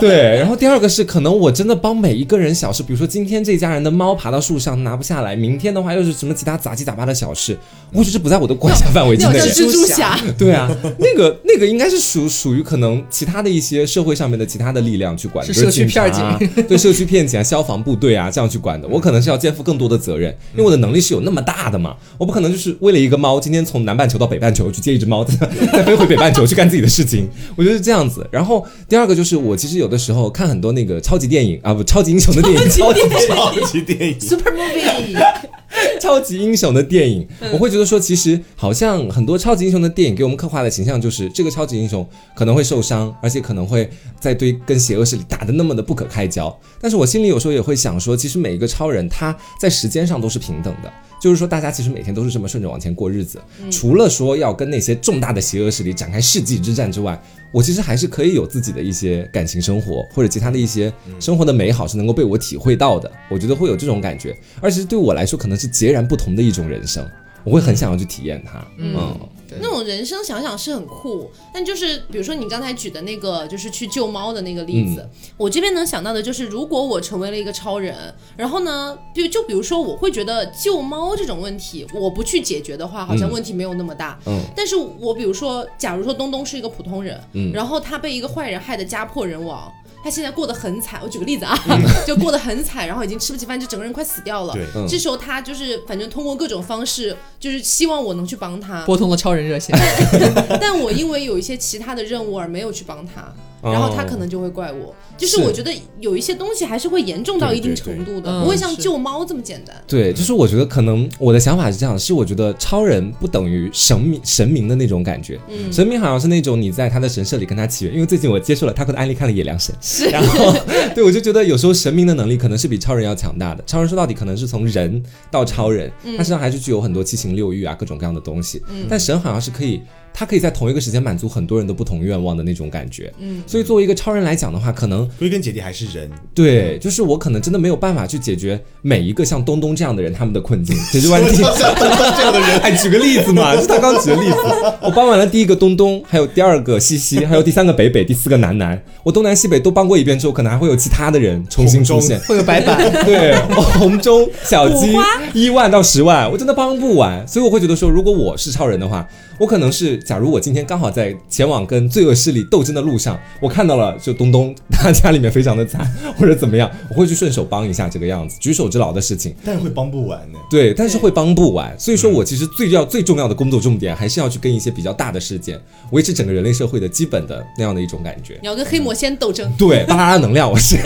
[SPEAKER 2] 对，然后第二个是可能我真的帮每一个人小事，比如说今天这家人的猫爬到树上拿不下来，明天的话又是什么其他杂七杂八的小事，我觉得这不在我的管辖范围之
[SPEAKER 1] 你好
[SPEAKER 2] 内
[SPEAKER 1] 像
[SPEAKER 2] 的。
[SPEAKER 1] 蜘蛛侠，
[SPEAKER 2] 对啊，那个那个应该是属属于可能其他的一些社会上面的其他的力量去管，
[SPEAKER 3] 是
[SPEAKER 2] 比如
[SPEAKER 3] 社区
[SPEAKER 2] 警察啊 对社区片警啊、消防部队啊这样去管的。我可能是要肩负更多的责任，因为我的能力是有那么大的嘛，我不可能就是为了一个猫，今天从南半球到北半球去接一只猫，再再飞回北半球去干自己的事情。我觉得是这样子。然后第二个就是我其实有的时候看很多那个超级电影啊，不超级英雄的电影，超级
[SPEAKER 4] 超级电影，
[SPEAKER 1] Super Movie，
[SPEAKER 2] 超级英雄的电影，我会觉得说，其实好像很多超级英雄的电影给我们刻画的形象就是这个超级英雄可能会受伤，而且可能会在对跟邪恶势力打得那么的不可开交。但是我心里有时候也会想说，其实每一个超人他在时间上都是平等的。就是说，大家其实每天都是这么顺着往前过日子，除了说要跟那些重大的邪恶势力展开世纪之战之外，我其实还是可以有自己的一些感情生活，或者其他的一些生活的美好是能够被我体会到的。我觉得会有这种感觉，而其实对我来说，可能是截然不同的一种人生，我会很想要去体验它。嗯，
[SPEAKER 1] 那种人生想想是很酷，但就是比如说你刚才举的那个，就是去救猫的那个例
[SPEAKER 2] 嗯
[SPEAKER 1] 子，我这边能想到的就是，如果我成为了一个超人，然后呢，就就比如说我会觉得救猫这种问题，我不去解决的话，好像
[SPEAKER 2] 嗯
[SPEAKER 1] 问题没有那么大。
[SPEAKER 2] 嗯
[SPEAKER 1] 但是我比如说，假如说东东是一个普通人，
[SPEAKER 2] 嗯
[SPEAKER 1] 然后他被一个坏人害得家破人亡。他现在过得很惨，我举个例子啊， 就过得很惨，然后已经吃不起饭，就整个人快死掉了。
[SPEAKER 4] 对
[SPEAKER 2] 嗯
[SPEAKER 1] 这时候他就是反正通过各种方式，就是希望我能去帮他。
[SPEAKER 3] 拨通了超人热线，
[SPEAKER 1] 但我因为有一些其他的任务而没有去帮他，
[SPEAKER 2] 哦
[SPEAKER 1] 然后他可能就会怪我。就是
[SPEAKER 2] 是
[SPEAKER 1] 我觉得有一些东西还是会严重到一定程度
[SPEAKER 3] 对对
[SPEAKER 1] 的，
[SPEAKER 3] 对
[SPEAKER 1] 不会像
[SPEAKER 3] 嗯是
[SPEAKER 1] 救猫这么简单。
[SPEAKER 2] 对，就是我觉得可能我的想法是这样，是我觉得超人不等于神明神明的那种感觉，
[SPEAKER 1] 嗯
[SPEAKER 2] 神明好像是那种你在他的神社里跟他祈愿，因为最近我接受了他和的案例，看了野良神，是，然后对我就觉得有时候神明的能力可能是比超人要强大的，超人说到底可能是从人到超人，他身上还是具有很多七情六欲啊各种各样的东西，但神好像是可以。他可以在同一个时间满足很多人的不同愿望的那种感觉，嗯，所以作为一个超人来讲的话，可能
[SPEAKER 4] 归根结底还是人，
[SPEAKER 2] 对，就是我可能真的没有办法去解决每一个像东东这样的人他们的困 境，解决完第这样的人，哎，举个例子嘛，就他刚举的例子，我帮完了第一个东东，还有第二个西 西，还有第三个北北，第四个南南，我东南西北都帮过一遍之后，可能还会有其他的人重新出现，
[SPEAKER 3] 会有白板。
[SPEAKER 2] 对，红中小鸡
[SPEAKER 1] 五花
[SPEAKER 2] 一万到十万，我真的帮不完，所以我会觉得说，如果我是超人的话，我可能是假如我今天刚好在前往跟罪恶势力斗争的路上，我看到了就东东他家里面非常的惨，或者怎么样，我会去顺手帮一下这个样子，举手之劳的事情。
[SPEAKER 4] 但是会帮不完 呢。
[SPEAKER 2] 对，但是会帮不完。所以说我其实最要最重要的工作重点，还是要去跟一些比较大的事件，维持整个人类社会的基本的那样的一种感觉。
[SPEAKER 5] 你要跟黑魔仙斗争。
[SPEAKER 2] 对，巴啦啦能量，我是。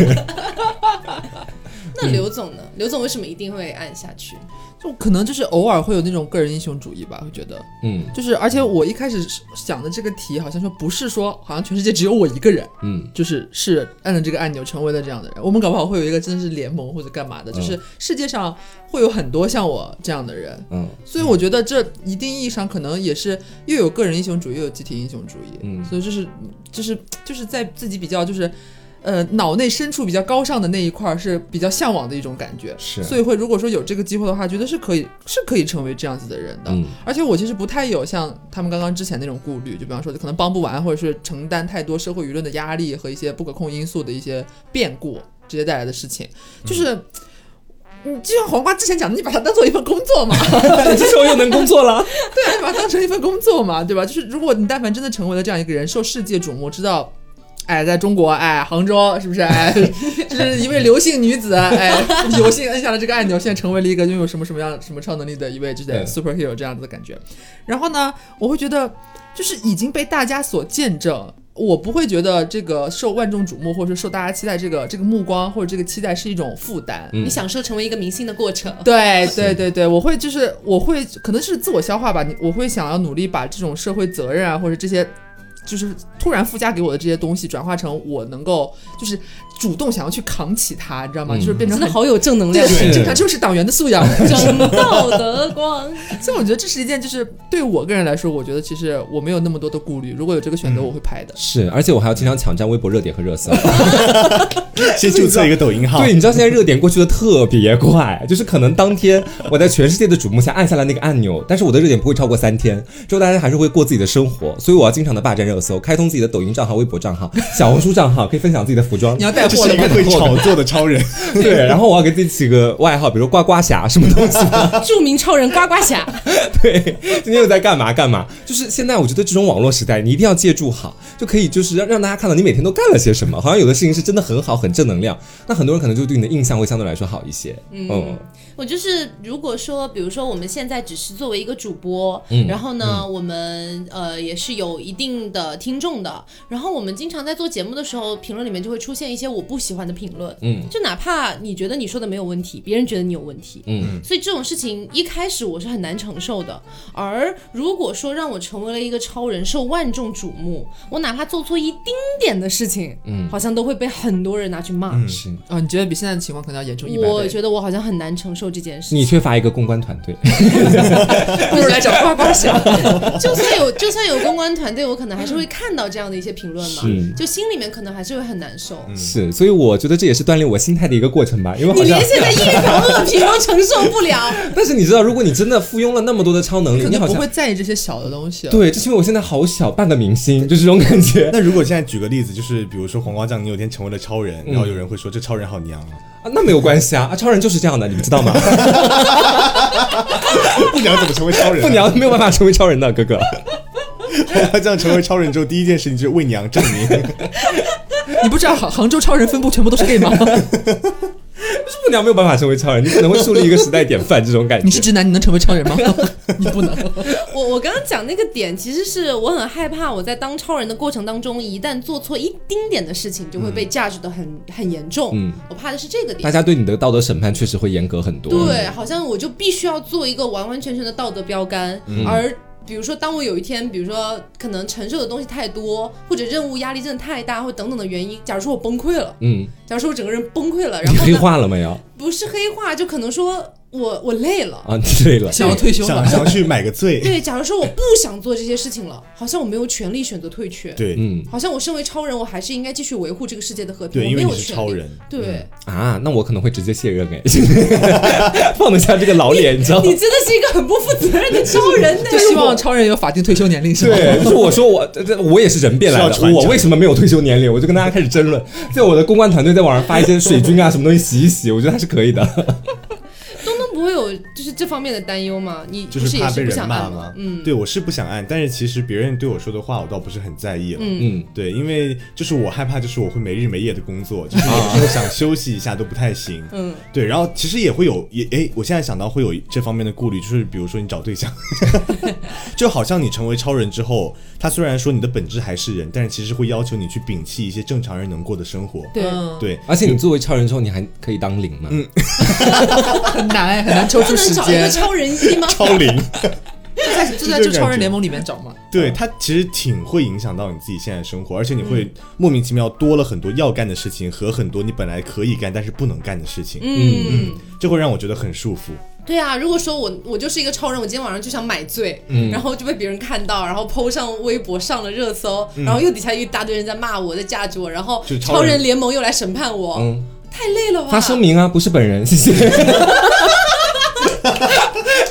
[SPEAKER 5] 那刘总呢？刘总为什么一定会按下去？
[SPEAKER 3] 就可能就是偶尔会有那种个人英雄主义吧，会觉得
[SPEAKER 2] 嗯
[SPEAKER 3] 就是，而且我一开始想的这个题，好像说不是说好像全世界只有我一个人，
[SPEAKER 2] 嗯，
[SPEAKER 3] 就是是按了这个按钮成为了这样的人。我们搞不好会有一个真的是联盟或者干嘛的，就是世界上会有很多像我这样的人。
[SPEAKER 2] 嗯
[SPEAKER 3] 所以我觉得这一定意义上可能也是又有个人英雄主义，又有集体英雄主义。
[SPEAKER 2] 嗯
[SPEAKER 3] 所以就是就是就是在自己比较就是。呃，脑内深处比较高尚的那一块儿是比较向往的一种感觉，
[SPEAKER 2] 是
[SPEAKER 3] 所以会如果说有这个机会的话，觉得是可以是可以成为这样子的人的。
[SPEAKER 2] 嗯
[SPEAKER 3] 而且我其实不太有像他们刚刚之前那种顾虑，就比方说可能帮不完，或者是承担太多社会舆论的压力和一些不可控因素的一些变故直接带来的事情，就是。你就像黄瓜之前讲的，你把它当做一份工 作嘛，
[SPEAKER 2] 这时候又能工作了。
[SPEAKER 3] 对，啊把它当成一份工作嘛，对吧？就是如果你但凡真的成为了这样一个人，受世界瞩目，知道，哎，在中国，哎，杭州是不是？哎， 就是一位刘姓女子，哎，有幸摁下了这个按钮，现在成为了一个拥有什么什么样什么超能力的一位，就是
[SPEAKER 2] 对
[SPEAKER 3] superhero 这样子的感觉。然后呢，我会觉得就是已经被大家所见证。我不会觉得这个受万众瞩目，或者受大家期待，这个这个目光或者这个期待是一种负担。
[SPEAKER 2] 嗯
[SPEAKER 5] 你享受成为一个明星的过程。
[SPEAKER 3] 对对对对，我会就是我会可能是自我消化吧，你我会想要努力把这种社会责任啊，或者这些。就是突然附加给我的这些东西，转化成我能够就是主动想要去扛起它，你知道吗？
[SPEAKER 2] 嗯
[SPEAKER 3] 就是变成
[SPEAKER 5] 真的
[SPEAKER 3] 很
[SPEAKER 5] 好有正能
[SPEAKER 3] 对
[SPEAKER 5] 量，
[SPEAKER 2] 是
[SPEAKER 3] 这这就是党员的素养。
[SPEAKER 5] 正道德 光。
[SPEAKER 3] 所以我觉得这是一件，就是对我个人来说，我觉得其实我没有那么多的顾虑。如果有这
[SPEAKER 2] 嗯
[SPEAKER 3] 个选择，我会拍的。
[SPEAKER 2] 是，而且我还要经常抢占微博热点和热搜。
[SPEAKER 4] 先注册一个抖音号，
[SPEAKER 2] 对，你知道现在热点过去的特别快，就是可能当天我在全世界的瞩目下按下了那个按钮，但是我的热点不会超过三天，之后大家还是会过自己的生活，所以我要经常的霸占热搜，开通自己的抖音账号、微博账号、小红书账号，可以分享自己的服装
[SPEAKER 3] 你。要带
[SPEAKER 4] 这
[SPEAKER 3] 货
[SPEAKER 4] 是
[SPEAKER 3] 的
[SPEAKER 4] 一个
[SPEAKER 3] 吗？
[SPEAKER 4] 会炒作的 超人。
[SPEAKER 2] 对，然后我要给自己起个外号，比如呱呱侠什么东西。
[SPEAKER 5] 著名超人呱呱侠，
[SPEAKER 2] 对， 今天又在干嘛干嘛？就是现在，我觉得这种网络时代，你一定要借助好，就可以就是让让大家看到你每天都干了些什么。好像有的事情是真的很好，很正能量，那很多人可能就对你的印象会相对来说好一些。嗯，
[SPEAKER 1] 我就是，如果说，比如说我们现在只是作为一个主播，
[SPEAKER 2] 嗯
[SPEAKER 1] 然后呢，我们呃也是有一定的听众的，然后我们经常在做节目的时候，评论里面就会出现一些我不喜欢的评论，
[SPEAKER 2] 嗯，
[SPEAKER 1] 就哪怕你觉得你说的没有问题，别人觉得你有问题，
[SPEAKER 2] 嗯，
[SPEAKER 1] 所以这种事情一开始我是很难承受的。而如果说让我成为了一个超人，受万众瞩目，我哪怕做错一丁点的事情，
[SPEAKER 2] 嗯
[SPEAKER 1] 好像都会被很多人拿去骂。
[SPEAKER 4] 嗯
[SPEAKER 2] 是
[SPEAKER 3] 啊，你觉得比现在的情况可能要严重一百倍？
[SPEAKER 1] 我觉得我好像很难承受这件事情。
[SPEAKER 2] 你缺乏一个公关团队。
[SPEAKER 3] 不如来找呱呱侠。
[SPEAKER 1] 就算有就算有公关团队，我可能还是会看到这样的一些评论嘛
[SPEAKER 2] 是，嗯
[SPEAKER 1] 就心里面可能还是会很难受。
[SPEAKER 2] 是，所以我觉得这也是锻炼我心态的一个过程吧，因为
[SPEAKER 1] 你
[SPEAKER 2] 好
[SPEAKER 1] 连。
[SPEAKER 2] 像
[SPEAKER 1] 现在一条恶评都承受不了，
[SPEAKER 2] 但是你知道，如果你真的附庸了那么多的超能力，
[SPEAKER 3] 可
[SPEAKER 2] 你
[SPEAKER 3] 能
[SPEAKER 2] 好
[SPEAKER 3] 不
[SPEAKER 2] 像
[SPEAKER 3] 会在意这些小的东西。
[SPEAKER 2] 对，就是因为我现在好小半个明星，就是这种感觉
[SPEAKER 4] 那如果现在举个例子，就是比如说黄瓜酱，你有一天成为了超人，
[SPEAKER 2] 嗯
[SPEAKER 4] 然后有人会说这超人好娘啊，
[SPEAKER 2] 啊。那没有关系啊，啊，超人就是这样的，你们知道吗？
[SPEAKER 4] 不娘怎么成为超人、啊
[SPEAKER 2] 不，娘没有办法成为超人的哥哥。
[SPEAKER 4] 黄 瓜酱成为超人之后，第一件事情就是为娘证 明。
[SPEAKER 3] 你不知道杭杭州超人分部全部都是 gay 吗？
[SPEAKER 2] 不娘没有办法成为超人，你可能会树立一个时代典范这种感觉。
[SPEAKER 3] 你是直男，你能成为超 人吗？你不能。
[SPEAKER 1] 我我刚刚讲那个点，其实是我很害怕，我在当超人的过程当中，一旦做错一丁点的事情，就会被 judge 的很很严重。
[SPEAKER 2] 嗯，
[SPEAKER 1] 我怕的是这个
[SPEAKER 2] 大
[SPEAKER 1] 点。
[SPEAKER 2] 家对你的道德审判确实会严格很多。
[SPEAKER 1] 对，好像我就必须要做一个完完全全的道德标杆，
[SPEAKER 2] 嗯
[SPEAKER 1] 而。比如说，当我有一天，比如说可能承受的东西太多，或者任务压力真的太大，或等等的原因，假如说我崩溃了，
[SPEAKER 2] 嗯，
[SPEAKER 1] 假如说我整个人崩溃了，然
[SPEAKER 2] 你
[SPEAKER 1] 后
[SPEAKER 2] 黑
[SPEAKER 1] 呢，
[SPEAKER 2] 化了没有？
[SPEAKER 1] 不是黑化，就可能说我我累了。
[SPEAKER 2] 啊，对了，
[SPEAKER 3] 想要退休
[SPEAKER 4] 想
[SPEAKER 3] 了。
[SPEAKER 4] 想要去买个醉，
[SPEAKER 1] 对，假如说我不想做这些事情了，好像我没有权利选择退却。
[SPEAKER 4] 对
[SPEAKER 2] 嗯
[SPEAKER 1] 好像我身为超人，我还是应该继续维护这个世界的和平。
[SPEAKER 4] 对，
[SPEAKER 1] 我
[SPEAKER 4] 因
[SPEAKER 1] 没
[SPEAKER 4] 为
[SPEAKER 1] 有
[SPEAKER 4] 你是
[SPEAKER 1] 权
[SPEAKER 4] 超
[SPEAKER 1] 利
[SPEAKER 4] 人，嗯
[SPEAKER 1] 对，
[SPEAKER 2] 啊，那我可能会直接卸任哎， 放得下这个老脸，你知道吗？
[SPEAKER 1] 你真的是一个很不负责任的超人呢。
[SPEAKER 3] 就希望超人有法定退休年龄是 吧？
[SPEAKER 2] 对，就是我说我这这我也是人变来
[SPEAKER 4] 是要
[SPEAKER 2] 的，
[SPEAKER 4] 传承
[SPEAKER 2] 我为什么没有退休年龄？我就跟大家开始争论， 在我的公关团队在网上发一些水军啊什么东西洗一洗，我觉得还是可以的。
[SPEAKER 1] 东东不不会有就是这方面的担忧吗？你
[SPEAKER 4] 就
[SPEAKER 1] 不是也
[SPEAKER 4] 怕被
[SPEAKER 1] 是不
[SPEAKER 4] 人
[SPEAKER 1] 想
[SPEAKER 4] 骂
[SPEAKER 1] 按
[SPEAKER 4] 吗？
[SPEAKER 1] 嗯，
[SPEAKER 4] 对，我是不想按，但是其实别人对我说的话，我倒不是很在意了。
[SPEAKER 1] 嗯
[SPEAKER 2] 嗯，
[SPEAKER 4] 对，因为就是我害怕，就是我会没日没夜的工 作，就是有时候想休息一下都不太行。
[SPEAKER 1] 嗯，
[SPEAKER 4] 对，然后其实也会有，也哎，我现在想到会有这方面的顾虑，就是比如说你找对象， 就好像你成为超人之后，他虽然说你的本质还是人，但是其实会要求你去摒弃一些正常人能过的生活。
[SPEAKER 1] 对，
[SPEAKER 3] 嗯
[SPEAKER 4] 对，
[SPEAKER 2] 而且你作为超人之后，你还可以当零嘛？嗯，
[SPEAKER 3] 很难哎，很难抽
[SPEAKER 1] 不
[SPEAKER 3] 出时
[SPEAKER 1] 能找一个
[SPEAKER 3] 间，
[SPEAKER 1] 超人一吗？
[SPEAKER 4] 超龄，
[SPEAKER 3] 就在就在
[SPEAKER 4] 就这
[SPEAKER 3] 这
[SPEAKER 4] 个
[SPEAKER 3] 超
[SPEAKER 4] 感觉
[SPEAKER 3] 人联盟里面找嘛。
[SPEAKER 4] 对他其实挺会影响到你自己现在的生活，而且你会莫名其妙多了很多要干的事情和很多你本来可以干但是不能干的事情，
[SPEAKER 1] 嗯，
[SPEAKER 4] 这会让我觉得很束缚。
[SPEAKER 1] 对啊，如果说我我就是一个超人，我今天晚上就想买醉，
[SPEAKER 2] 嗯
[SPEAKER 1] 然后就被别人看到，然后 PO 上微博上了热搜，
[SPEAKER 2] 嗯
[SPEAKER 1] 然后又底下一大堆人在骂我，在架着我，然后
[SPEAKER 4] 就是超
[SPEAKER 1] 超
[SPEAKER 4] 人
[SPEAKER 1] 联盟又来审判我，
[SPEAKER 2] 嗯
[SPEAKER 1] 太累了吧？
[SPEAKER 2] 发声明啊，不是本人，谢 谢。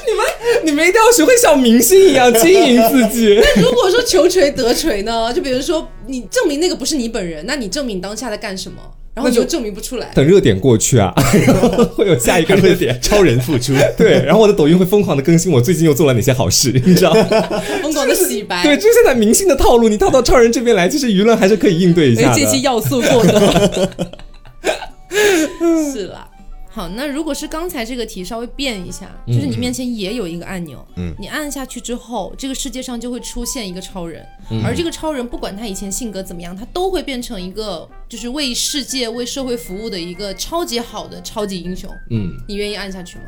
[SPEAKER 2] 你们你们一定要学会像明星一样经营自己。
[SPEAKER 1] 如果说求锤得锤呢，就比如说你证明那个不是你本人，那你证明当下在干什么，然后你
[SPEAKER 2] 那就
[SPEAKER 1] 又证明不出来。
[SPEAKER 2] 等热点过去啊， 然后会有下一个热点。
[SPEAKER 4] 超人付出，
[SPEAKER 2] 对，然后我的抖音会疯狂的更新我最近又做了哪些好事，你知道？
[SPEAKER 1] 疯狂的洗白，
[SPEAKER 2] 对，就是现在明星的套路，你套到超人这边来，其实舆论还是可以应对一下
[SPEAKER 1] 哎这期
[SPEAKER 2] 的。
[SPEAKER 1] 要素过多， 是啦。好，那如果是刚才这个题稍微变一下，就是你面前也有一个按钮，
[SPEAKER 4] 嗯
[SPEAKER 1] 你按下去之后，这个世界上就会出现一个超人，而这个超人不管他以前性格怎么样，他都会变成一个就是为世界、为社会服务的一个超级好的超级英雄。
[SPEAKER 2] 嗯，
[SPEAKER 1] 你愿意按下去吗？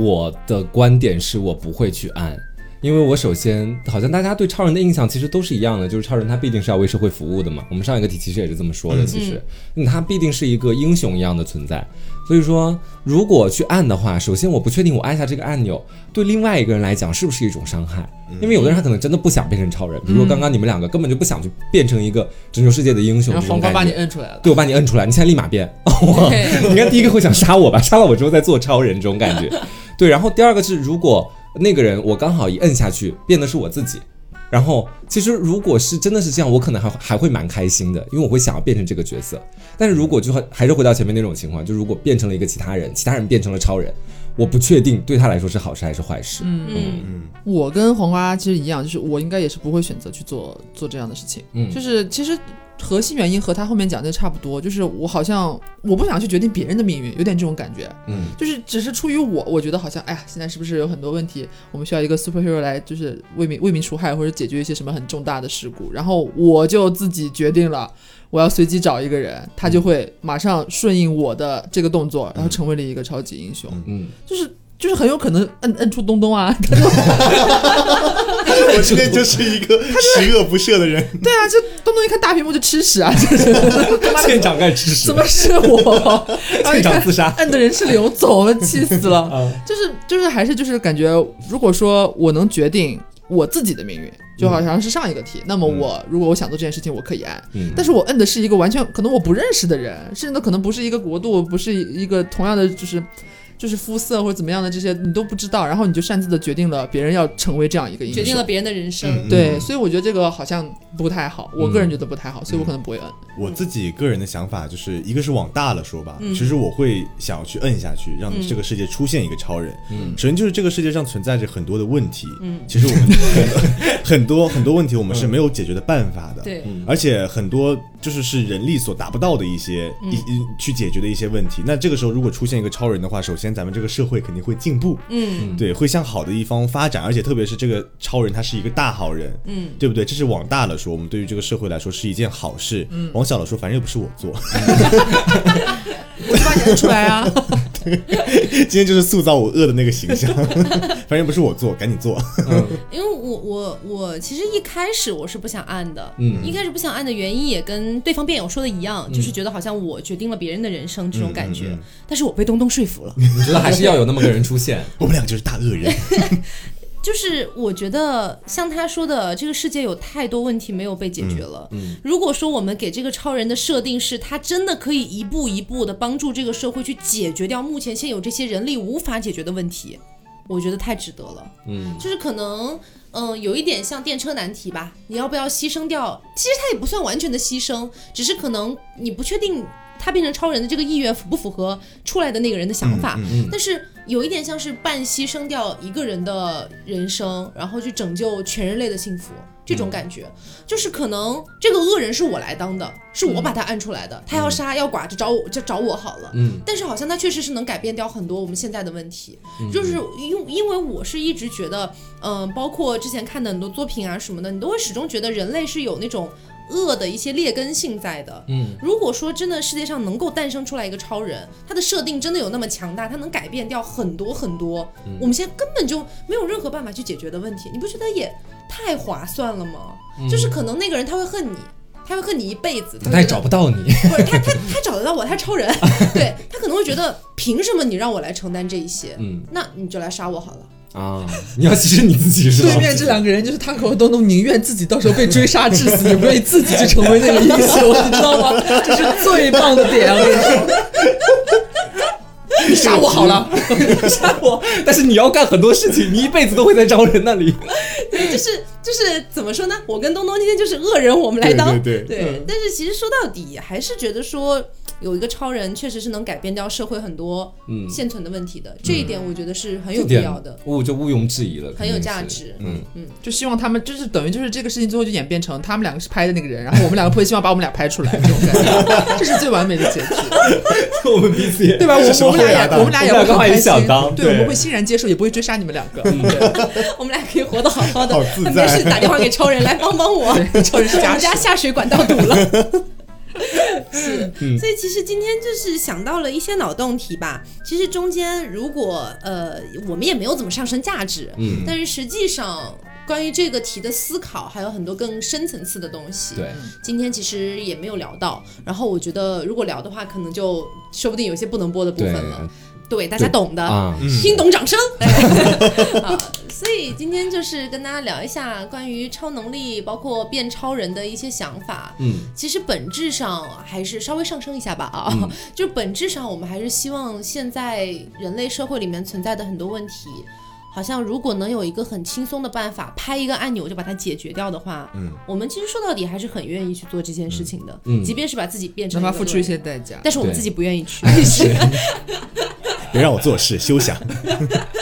[SPEAKER 2] 我的观点是我不会去按，因为我首先好像大家对超人的印象其实都是一样的，就是超人他必定是要为社会服务的嘛。我们上一个题其实也是这么说的，其实、嗯、他必定是一个英雄一样的存在。所以说，如果去按的话，首先我不确定我按下这个按钮对另外一个人来讲是不是一种伤害，
[SPEAKER 3] 嗯
[SPEAKER 2] 因为有的人他可能真的不想变成超人，比如说刚刚你们两个根本就不想去变成一个拯救世界的英雄
[SPEAKER 3] 然
[SPEAKER 2] 这
[SPEAKER 3] 后
[SPEAKER 2] 种
[SPEAKER 3] 黄瓜
[SPEAKER 2] 感觉。
[SPEAKER 3] 把你摁出来了，
[SPEAKER 2] 对我把你摁出来，你现在立马变。哇你应该第一个会想杀我吧？杀了我之后再做超人，这种感觉。对，然后第二个是，如果那个人我刚好一摁下去，变的是我自己。然后，其实如果是真的是这样，我可能还还会蛮开心的，因为我会想要变成这个角色。但是如果就还还是回到前面那种情况，就如果变成了一个其他人，其他人变成了超人，我不确定对他来说是好事还是坏事。
[SPEAKER 1] 嗯
[SPEAKER 3] 我跟黄瓜其实一样，就是我应该也是不会选择去做做这样的事情。
[SPEAKER 2] 嗯
[SPEAKER 3] 就是其实核心原因和他后面讲的差不多，就是我好像我不想去决定别人的命运，有点这种感觉。
[SPEAKER 2] 嗯，
[SPEAKER 3] 就是只是出于我，我觉得好像哎呀，现在是不是有很多问题，我们需要一个 superhero 来就是为民为民除害或者解决一些什么很重大的事故，然后我就自己决定了。我要随机找一个人，他就会马上顺应我的这个动作，然后成为了一个超级英雄。
[SPEAKER 2] 嗯，
[SPEAKER 3] 就是就是很有可能摁摁出东东啊，
[SPEAKER 4] 我今天就是一个十恶不赦的人。
[SPEAKER 3] 对啊，这东东一看大屏幕就吃 屎啊，这是他妈的
[SPEAKER 2] 县长干吃屎
[SPEAKER 3] 怎，么是 我？然后
[SPEAKER 2] 县
[SPEAKER 3] 一
[SPEAKER 2] 长
[SPEAKER 3] 看
[SPEAKER 2] 自嗯杀。
[SPEAKER 3] 按的人是刘总， 我气死了。就是就是还是就是感觉，如果说我能决定我自己的命运，就好像是上一个题，那么我如果我想做这件事情，我可以按。
[SPEAKER 2] 嗯
[SPEAKER 3] 但是我摁的是一个完全可能我不认识的人，甚至可能不是一个国度，不是一个同样的就是。就是肤色或者怎么样的这些你都不知道，然后你就擅自的决定了别人要成为这样一个英雄，
[SPEAKER 1] 决定了别人的人生。
[SPEAKER 2] 嗯
[SPEAKER 3] 对，所以我觉得这个好像不太好，我个人觉得不太好，
[SPEAKER 2] 嗯
[SPEAKER 3] 所以我可能不会摁。
[SPEAKER 4] 我自己个人的想法就是，一个是往大了说吧，其实我会想要去摁下去，让这个世界出现一个超人。首先就是这个世界上存在着很多的问题，其实我们 很多很多问题我们是没有解决的办法的，
[SPEAKER 1] 对，
[SPEAKER 4] 而且很多就是是人力所达不到的一些
[SPEAKER 1] 嗯
[SPEAKER 4] 一一去解决的一些问题。那这个时候如果出现一个超人的话，首先咱们这个社会肯定会进步，
[SPEAKER 1] 嗯
[SPEAKER 4] 对，会向好的一方发展，而且特别是这个超人，他是一个大好人，
[SPEAKER 1] 嗯，
[SPEAKER 4] 对不对？这是往大了说，我们对于这个社会来说是一件好事。嗯，往小了说，反正又不是我做，
[SPEAKER 3] 我就把你摁出来啊！
[SPEAKER 4] 今天就是塑造我恶的那个 形象，反正又不是我做，赶紧做。
[SPEAKER 1] 因为我我我其实一开始我是不想按的，
[SPEAKER 2] 嗯
[SPEAKER 1] 一开始不想按的原因也跟对方辩友说的一样，就是觉得好像我决定了别人的人生这种感觉，
[SPEAKER 4] 嗯嗯嗯嗯
[SPEAKER 1] 但是我被东东说服了，
[SPEAKER 2] 你觉得还是要有那么个人出现？
[SPEAKER 4] 我们俩就是大恶人。
[SPEAKER 1] 就是我觉得像他说的，这个世界有太多问题没有被解决了。如果说我们给这个超人的设定是他真的可以一步一步的帮助这个社会去解决掉目前现有这些人力无法解决的问题，我觉得太值得了。
[SPEAKER 2] 嗯，
[SPEAKER 1] 就是可能。嗯，有一点像电车难题吧？你要不要牺牲掉？其实他也不算完全的牺牲，只是可能你不确定他变成超人的这个意愿符不符合出来的那个人的想法。但是有一点像是半牺牲掉一个人的人生，然后去拯救全人类的幸福。这种感觉，就是可能这个恶人是我来当的，是我把他按出来的，他要杀要剐就找我就找我好了。
[SPEAKER 2] 嗯，
[SPEAKER 1] 但是好像他确实是能改变掉很多我们现在的问题，就是因因为我是一直觉得，嗯、包括之前看的很多作品啊什么的，你都会始终觉得人类是有那种恶的一些劣根性在的。
[SPEAKER 2] 嗯，
[SPEAKER 1] 如果说真的世界上能够诞生出来一个超人，他的设定真的有那么强大，他能改变掉很多很多，我们现在根本就没有任何办法去解决的问题，你不觉得也太划算了吗？就是可能那个人他会恨你。他会恨你一辈子，他
[SPEAKER 2] 他
[SPEAKER 1] 会
[SPEAKER 2] 也
[SPEAKER 1] 觉
[SPEAKER 2] 找
[SPEAKER 1] 得
[SPEAKER 2] 不到你。
[SPEAKER 1] 不是他他他找得到我，他超人，对他可能会觉得凭什么你让我来承担这一些？
[SPEAKER 2] 嗯
[SPEAKER 1] 那你就来杀我好了。
[SPEAKER 2] 啊，你要牺牲你自己 是吧？
[SPEAKER 3] 对面这两个人就是他口东东，宁愿自己到时候被追杀致死，也不愿意自己去成为那个英雄，你知道 吗？这是最棒的点啊！我跟你说，你杀我好了，
[SPEAKER 2] 杀我， 但是你要干很多事情，你一辈子都会在超人 那里。
[SPEAKER 1] 对，就是就是怎么说呢？我跟东东今天就是恶人，我们来
[SPEAKER 4] 对
[SPEAKER 1] 当
[SPEAKER 4] 对 对
[SPEAKER 2] 嗯
[SPEAKER 1] 对，但是其实说到底，还是觉得说有一个超人确实是能改变掉社会很多
[SPEAKER 2] 嗯
[SPEAKER 1] 现存的问题的，这一点我觉得是很有必
[SPEAKER 2] 这点
[SPEAKER 1] 要的，
[SPEAKER 2] 我就毋庸置疑了，
[SPEAKER 1] 很有
[SPEAKER 2] 肯定
[SPEAKER 1] 价
[SPEAKER 2] 是。
[SPEAKER 1] 值。
[SPEAKER 2] 嗯，
[SPEAKER 3] 就希望他们就是等于就是这个事情最后就演变成他们两个是拍的那个人，然后我们两个会希望把我们俩拍出来，这种 感觉，这是最完美的结局，
[SPEAKER 2] 我们彼此也
[SPEAKER 3] 对吧？我
[SPEAKER 4] 是
[SPEAKER 3] 我们俩
[SPEAKER 4] 会
[SPEAKER 3] 也
[SPEAKER 4] 啊
[SPEAKER 3] 我们俩也会
[SPEAKER 2] 我们两个
[SPEAKER 3] 很
[SPEAKER 2] 话也
[SPEAKER 3] 开心
[SPEAKER 2] 想当，嗯
[SPEAKER 3] 对，
[SPEAKER 4] 对
[SPEAKER 3] 我们会欣然接受，也不会追杀你们两个。对
[SPEAKER 1] 我们俩可以活得好好的，
[SPEAKER 4] 好自
[SPEAKER 1] 没
[SPEAKER 4] 在
[SPEAKER 1] 事打电话给超人来帮帮我。
[SPEAKER 3] 对，超人是
[SPEAKER 1] 我
[SPEAKER 3] 家
[SPEAKER 1] 们
[SPEAKER 3] 属
[SPEAKER 1] 家下水管道堵 了。是，所以其实今天就是想到了一些脑洞题吧。其实中间如果呃，我们也没有怎么上升价值，
[SPEAKER 2] 嗯，
[SPEAKER 1] 但是实际上关于这个题的思考还有很多更深层次的东西。
[SPEAKER 2] 对，
[SPEAKER 1] 今天其实也没有聊到。然后我觉得如果聊的话，可能就说不定有些不能播的部分了。对，大家
[SPEAKER 2] 啊对
[SPEAKER 1] 懂的。
[SPEAKER 2] 啊，
[SPEAKER 4] 嗯
[SPEAKER 1] 听懂 掌声。好，嗯啊所以今天就是跟大家聊一下关于超能力，包括变超人的一些想法。
[SPEAKER 2] 嗯，
[SPEAKER 1] 其实本质上还是稍微上升一下吧啊，
[SPEAKER 2] 嗯
[SPEAKER 1] 就是本质上我们还是希望现在人类社会里面存在的很多问题，好像如果能有一个很轻松的办法，拍一个按钮就把它解决掉的话，
[SPEAKER 4] 嗯，
[SPEAKER 1] 我们其实说到底还是很愿意去做这件事情的，
[SPEAKER 2] 嗯嗯
[SPEAKER 1] 即便是把自己变成
[SPEAKER 3] 哪怕
[SPEAKER 1] 个
[SPEAKER 3] 付出
[SPEAKER 1] 恶
[SPEAKER 3] 一
[SPEAKER 1] 人
[SPEAKER 3] 些，代价。
[SPEAKER 1] 但是我们
[SPEAKER 2] 对
[SPEAKER 1] 自己不愿意去。
[SPEAKER 4] 别让我做事，休想。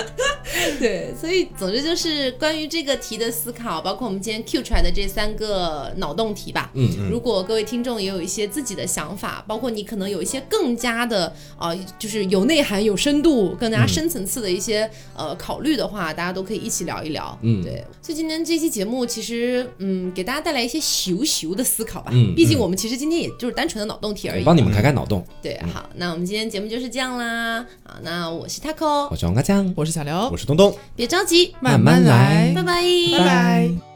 [SPEAKER 1] 对，所以总之就是关于这个题的思考，包括我们今天 Q 出来的这三个脑洞题吧。
[SPEAKER 2] 嗯
[SPEAKER 4] 嗯
[SPEAKER 1] 如果各位听众也有一些自己的想法，包括你可能有一些更加的啊、就是有内涵、有深度、更
[SPEAKER 2] 嗯
[SPEAKER 1] 加深层次的一些、呃考虑的话，大家都可以一起聊一聊。
[SPEAKER 2] 嗯
[SPEAKER 1] 对。所以今天这期节目其实嗯，给大家带来一些咻咻的思考吧。
[SPEAKER 2] 嗯
[SPEAKER 1] 毕竟我们其实今天也就是单纯的脑洞题而
[SPEAKER 2] 我
[SPEAKER 1] 已。
[SPEAKER 2] 哎帮你们开开脑洞。
[SPEAKER 1] 对，好，那我们今天节目就是这样啦。好，那我是 Taco，
[SPEAKER 2] 我是王家江，
[SPEAKER 3] 我是小刘
[SPEAKER 4] 我，是东东。
[SPEAKER 1] 别着急，
[SPEAKER 2] 慢慢来
[SPEAKER 1] 拜拜，
[SPEAKER 3] 拜拜。